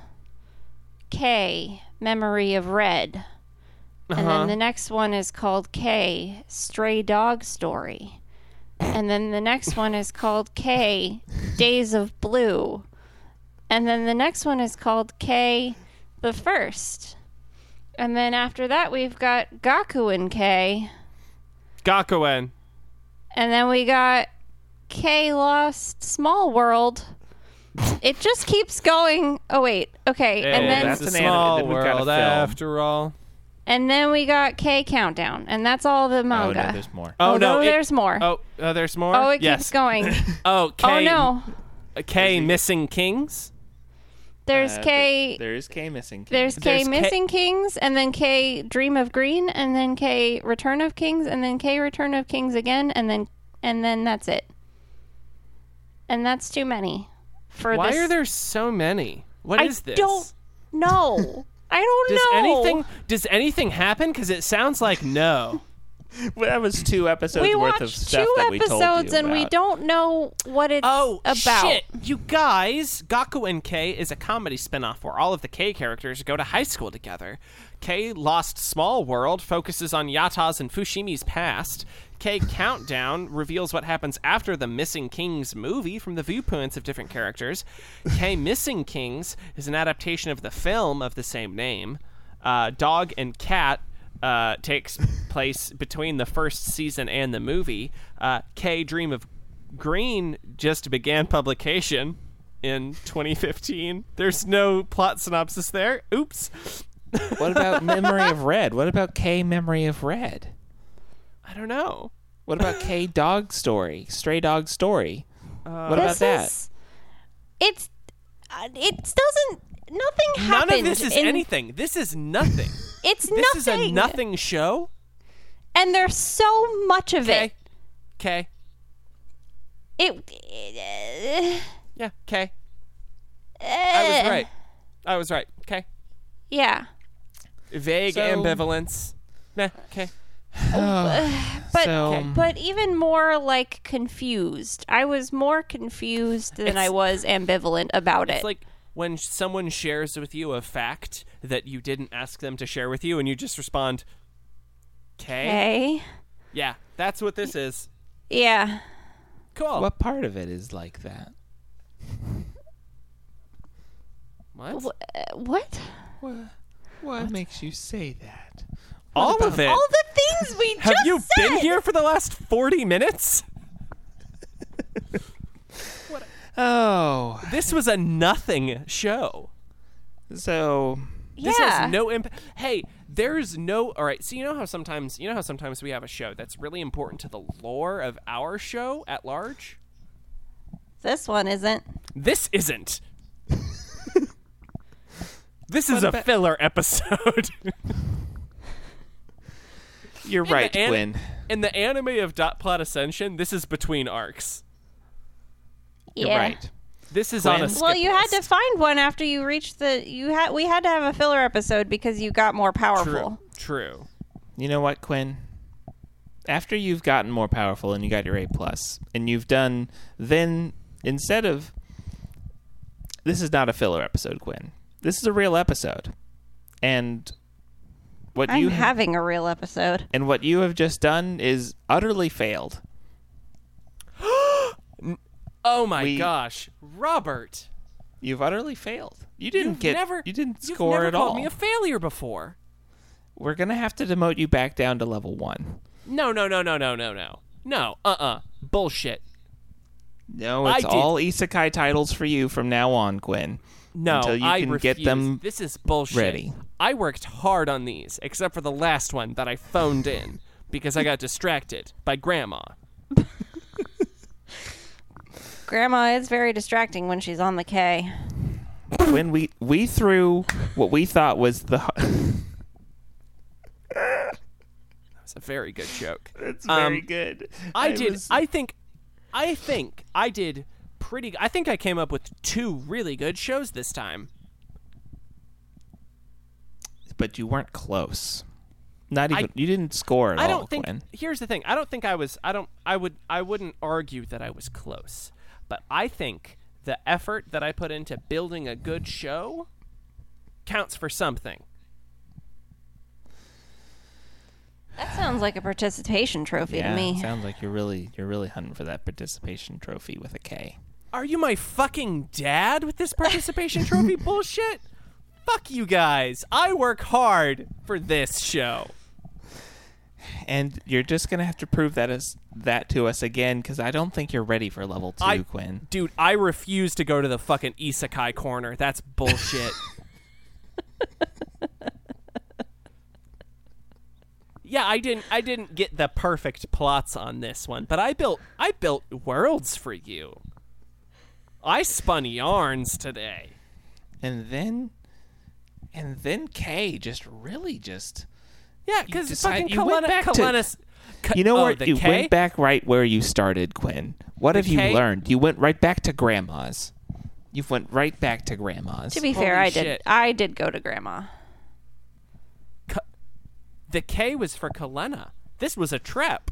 C: K, Memory of Red. And then the next one is called K, Stray Dog Story. And then the next one is called K, Days of Blue. And then the next one is called K, The First. And then after that, we've got Gaku and K.
A: Gakuen.
C: And then we got K Lost Small World. It just keeps going. Oh, wait. Okay. and
A: Hey,
C: then
B: that's
A: it's a
B: an anime.
A: small
B: Then we've got a
A: world
B: film.
A: after all.
C: and then we got K Countdown. And that's all the
B: oh
C: manga.
B: no there's more
A: Oh,
C: Oh, no,
A: it-
C: there's more.
A: Oh, uh, there's more.
C: Oh, it
A: yes.
C: keeps going.
A: Oh, K,
C: oh no,
A: K missing kings.
C: there's
B: Uh,
C: K.
B: there is k missing K.
C: There's, K
A: there's K-
C: missing kings, and then K dream of green, and then K return of kings, and then K return of kings again, and then and then that's it. And that's too many. For
A: Why
C: this.
A: are there so many? What
C: I
A: is this?
C: don't know. I don't
A: does
C: know.
A: anything does anything happen? Because it sounds like no.
B: Well, that was two episodes
C: We
B: worth of
C: watched
B: stuff
C: two
B: that we told you
C: episodes, and we
B: about.
C: don't know what it's
A: Oh
C: about.
A: shit! You guys, Gakuen K is a comedy spinoff where all of the K characters go to high school together. K Lost Small World focuses on Yata's and Fushimi's past. K Countdown reveals what happens after the Missing Kings movie from the viewpoints of different characters. K Missing Kings is an adaptation of the film of the same name. Uh, Dog and Cat uh, takes place between the first season and the movie. Uh, K Dream of Green just began publication in 2015. There's no plot synopsis there. Oops.
B: what about memory of red what about k memory of red
A: I don't know.
B: What about K Dog Story? Stray Dog Story. what about
C: This
B: that?
C: is. It's. uh, It doesn't. Nothing happened.
A: None of this is
C: in-
A: anything. This is nothing.
C: It's
A: This
C: nothing.
A: is a nothing show.
C: and there's so much of
A: Okay. Okay.
C: it. It. it-
A: Yeah. Okay. I
C: Eh.
A: was right. I was right. Okay.
C: Yeah,
A: Vague
B: So-
A: ambivalence. Nah. Okay.
C: but
A: um,
B: So- Okay.
C: but even more like confused. I was more confused than I
A: It's-
C: was ambivalent about it.
A: It's like when someone shares with you a fact that you didn't ask them to share with you, and you just respond, "Okay."
C: okay.
A: Yeah, that's what this is.
C: Yeah.
A: Cool.
B: What part of it is like that?
A: What?
C: Uh, What?
B: What makes you say that?
A: All of it.
C: All the things we
A: Eh, Have
C: just
A: you
C: said.
A: been here for the last 40 minutes?
B: Oh,
A: This was a nothing show.
B: so
A: This
C: yeah.
A: has no impact. Hey, there's no All right, so you know how sometimes, you know how sometimes we have a show that's really important to the lore of our show at large?
C: this one isn't.
A: This isn't. this is
B: What
A: a
B: about-
A: filler episode.
B: you're right,
A: an-
B: Quinn.
A: In the anime of Dot Plot Ascension, this is between arcs.
B: You're
C: yeah.
B: right.
A: This is on a
B: Quinn?
A: skip
C: Well, you had
A: list.
C: to find one after you reached the. You had we had to have a filler episode because you got more powerful.
A: True. True.
B: You know what, Quinn? After you've gotten more powerful and you got your A plus, and you've done, then instead of this is not a filler episode, Quinn. This is a real episode, and what
C: I'm
B: you have.
C: having a real episode.
B: and what you have just done is utterly failed.
A: Oh my
B: We-
A: gosh. Robert.
B: You've utterly failed. You didn't
A: You've
B: get.
A: never
B: you didn't
A: you've
B: score
A: never
B: at
A: called
B: all.
A: me a failure before.
B: We're gonna have to demote you back down to level one.
A: No, no, no, no, no, no, no. No. Uh-uh. Bullshit.
B: No,
A: I
B: it's
A: did-
B: all isekai titles for you from now on, Quinn.
A: No,
B: until you
A: I
B: can
A: refuse.
B: get them.
A: This is bullshit.
B: ready.
A: I worked hard on these, except for the last one that I phoned in because I got distracted by grandma.
D: Grandma is very distracting when she's on the K.
B: when we we threw what we thought was the
A: That's a very good joke.
B: it's
A: very
B: good
A: I did. I think. I think I did pretty. I think I came up with two really good shows this time.
B: but you weren't close not
A: I-
B: even you didn't score at
A: I
B: all
A: don't think.
B: Oh, Gwen.
A: Here's the thing. I don't think I was. I don't. I would. I wouldn't argue that I was close, but I think the effort that I put into building a good show counts for something.
D: That sounds like a participation trophy
B: yeah
D: to me.
B: sounds like you're really you're really hunting for that participation trophy with a k
A: Are you my fucking dad with this participation trophy bullshit? Fuck you guys. I work hard for this show.
B: and you're just gonna have to prove that as that to us again because i don't think you're ready for level two
A: I-
B: quinn
A: Dude, I refuse to go to the fucking isekai corner. That's bullshit. yeah, I didn't I didn't get the perfect plots on this one, but I built I built worlds for you. I spun yarns today.
B: and then and then k just really just
A: Yeah, because
B: decide-
A: fucking
B: you went
A: Kalena,
B: back to-
A: Kalena's- Ka-
B: you know
A: oh,
B: what
A: the
B: you
A: K?
B: went back right where you started quinn what have you
A: K?
B: learned you went right back to grandma's you went right back to grandma's
D: To be fair,
A: Holy
D: I did.
A: shit.
D: I did go to Grandma.
A: Ka- the K was for Kalena. This was a trap.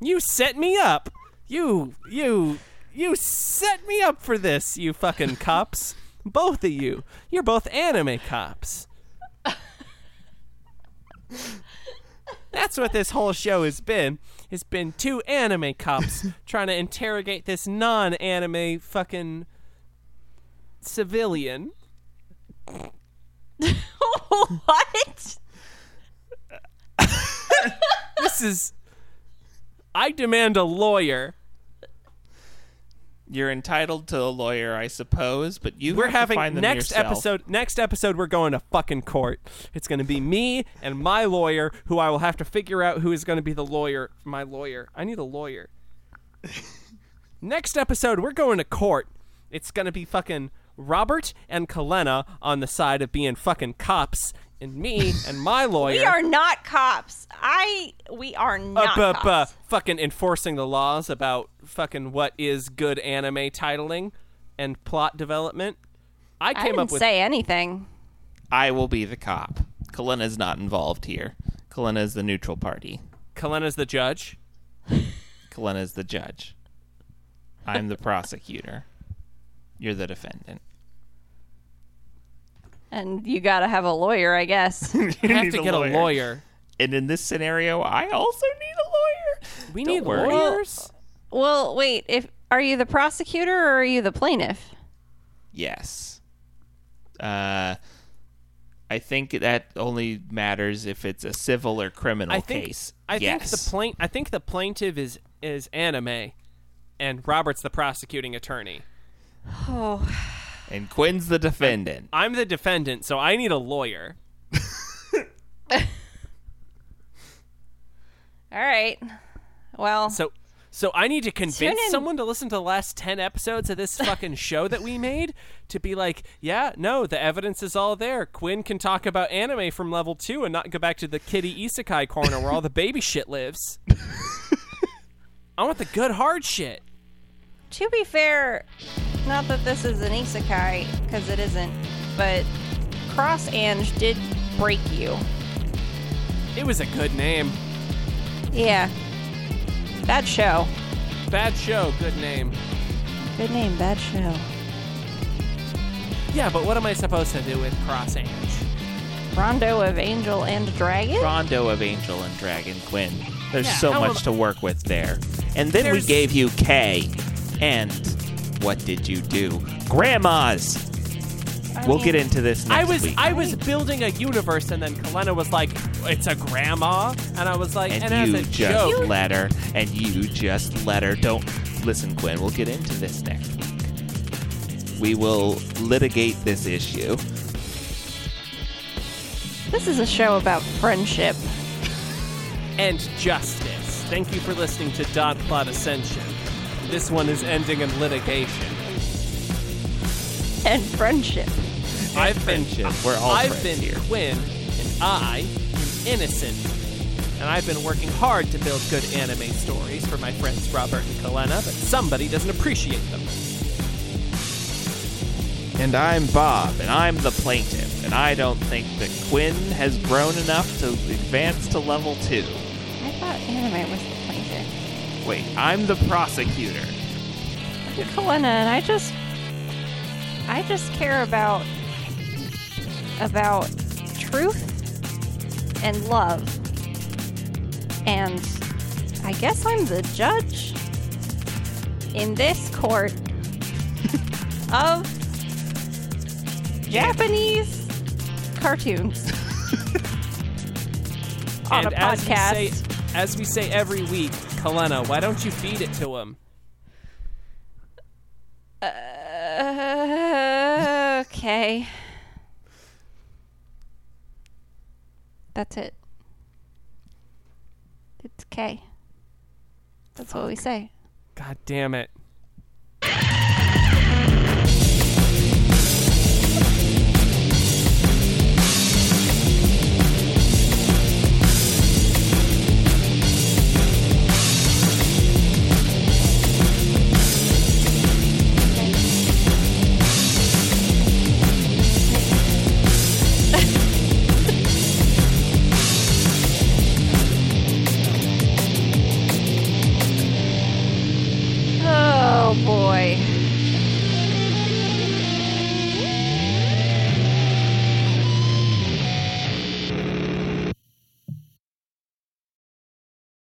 A: you set me up. You, you, you set me up for this, you fucking cops. Both of you. You're both anime cops. That's what this whole show has been. It's been two anime cops trying to interrogate this non anime fucking civilian.
C: what?
A: this is I demand a lawyer.
B: you're entitled to a lawyer i suppose but you
A: We're
B: have to
A: having
B: find them
A: next
B: yourself.
A: episode next episode we're going to fucking court. It's going to be me and my lawyer who I will have to figure out who is going to be the lawyer, my lawyer. I need a lawyer. next episode we're going to court. It's going to be fucking Robert and Kalena on the side of being fucking cops and me and my lawyer.
C: We are not cops. I. We are
A: up,
C: not.
A: up, uh,
C: cops.
A: fucking enforcing the laws about fucking what is good anime titling and plot development. I
D: I
A: came
D: didn't
A: up with
D: say anything.
B: i will be the cop Kalena's not involved here Kalena's the neutral party
A: Kalena's the judge.
B: Kalena's the judge i'm the prosecutor you're the defendant
D: And you gotta have a lawyer, I guess.
A: I have to get a lawyer.
B: and in this scenario i also need a lawyer
A: We
B: Don't
A: need
B: worry.
A: lawyers.
D: well, wait. If are you the prosecutor or are you the plaintiff?
B: Yes. Uh, I think that only matters if it's a civil or criminal
A: I think
B: case.
A: I think
B: yes.
A: the plaint I think the plaintiff is is anime and Robert's the prosecuting attorney.
B: and Quinn's the defendant.
A: I'm the defendant, so I need a lawyer.
D: All right. Well,
A: So so I need to convince
D: in-
A: someone to listen to the last 10 episodes of this fucking show that we made to be like, yeah, no, the evidence is all there. Quinn can talk about anime from level 2 and not go back to the kitty isekai corner where all the baby shit lives. I want the good hard shit.
D: to be fair, not that this is an isekai because it isn't, but Cross Ange did break you.
A: It was a good name.
D: Yeah. Bad show.
A: Bad show, good name.
D: Good name. Bad show.
A: Yeah, but what am I supposed to do with Cross Ange?
D: Rondo of Angel and Dragon.
B: Rondo of Angel and Dragon Quinn. There's
A: Yeah,
B: so
A: how
B: much
A: am-
B: to work with there. And then
A: There's-
B: we gave you K. And what did you do? Grandmas. we'll get into this
A: I
B: next
A: was
B: week.
A: I was building a universe and then Kalena was like, it's a grandma and I was like,
B: and,
A: and,
B: you
A: as a
B: just
A: joke.
B: let her. And you just let her. Don't listen, Gwen. We'll get into this next week. We will litigate this issue.
D: This is a show about friendship.
A: and justice. Thank you for listening to Dot Plot Ascension. This one is ending in litigation.
E: and friendship.
A: I've
B: friendship.
A: been
B: We're all
A: I've been
B: friends here.
A: Quinn, and I am innocent. And I've been working hard to build good anime stories for my friends Robert and Kalena, but somebody doesn't appreciate them.
B: And I'm Bob, and I'm the plaintiff, and I don't think that Quinn has grown enough to advance to level two.
C: I thought anime was the plaintiff.
B: Wait, I'm the prosecutor.
C: I'm Kalena, and I just, I just care about, about truth and love, and I guess I'm the judge in this court of Japanese cartoons on
A: and
C: a
A: as
C: podcast.
A: We say, as we say every week, Kalena, why don't you feed it to him?
C: Uh, okay. That's it. It's okay. That's what we say.
A: God damn it.
C: Oh boy.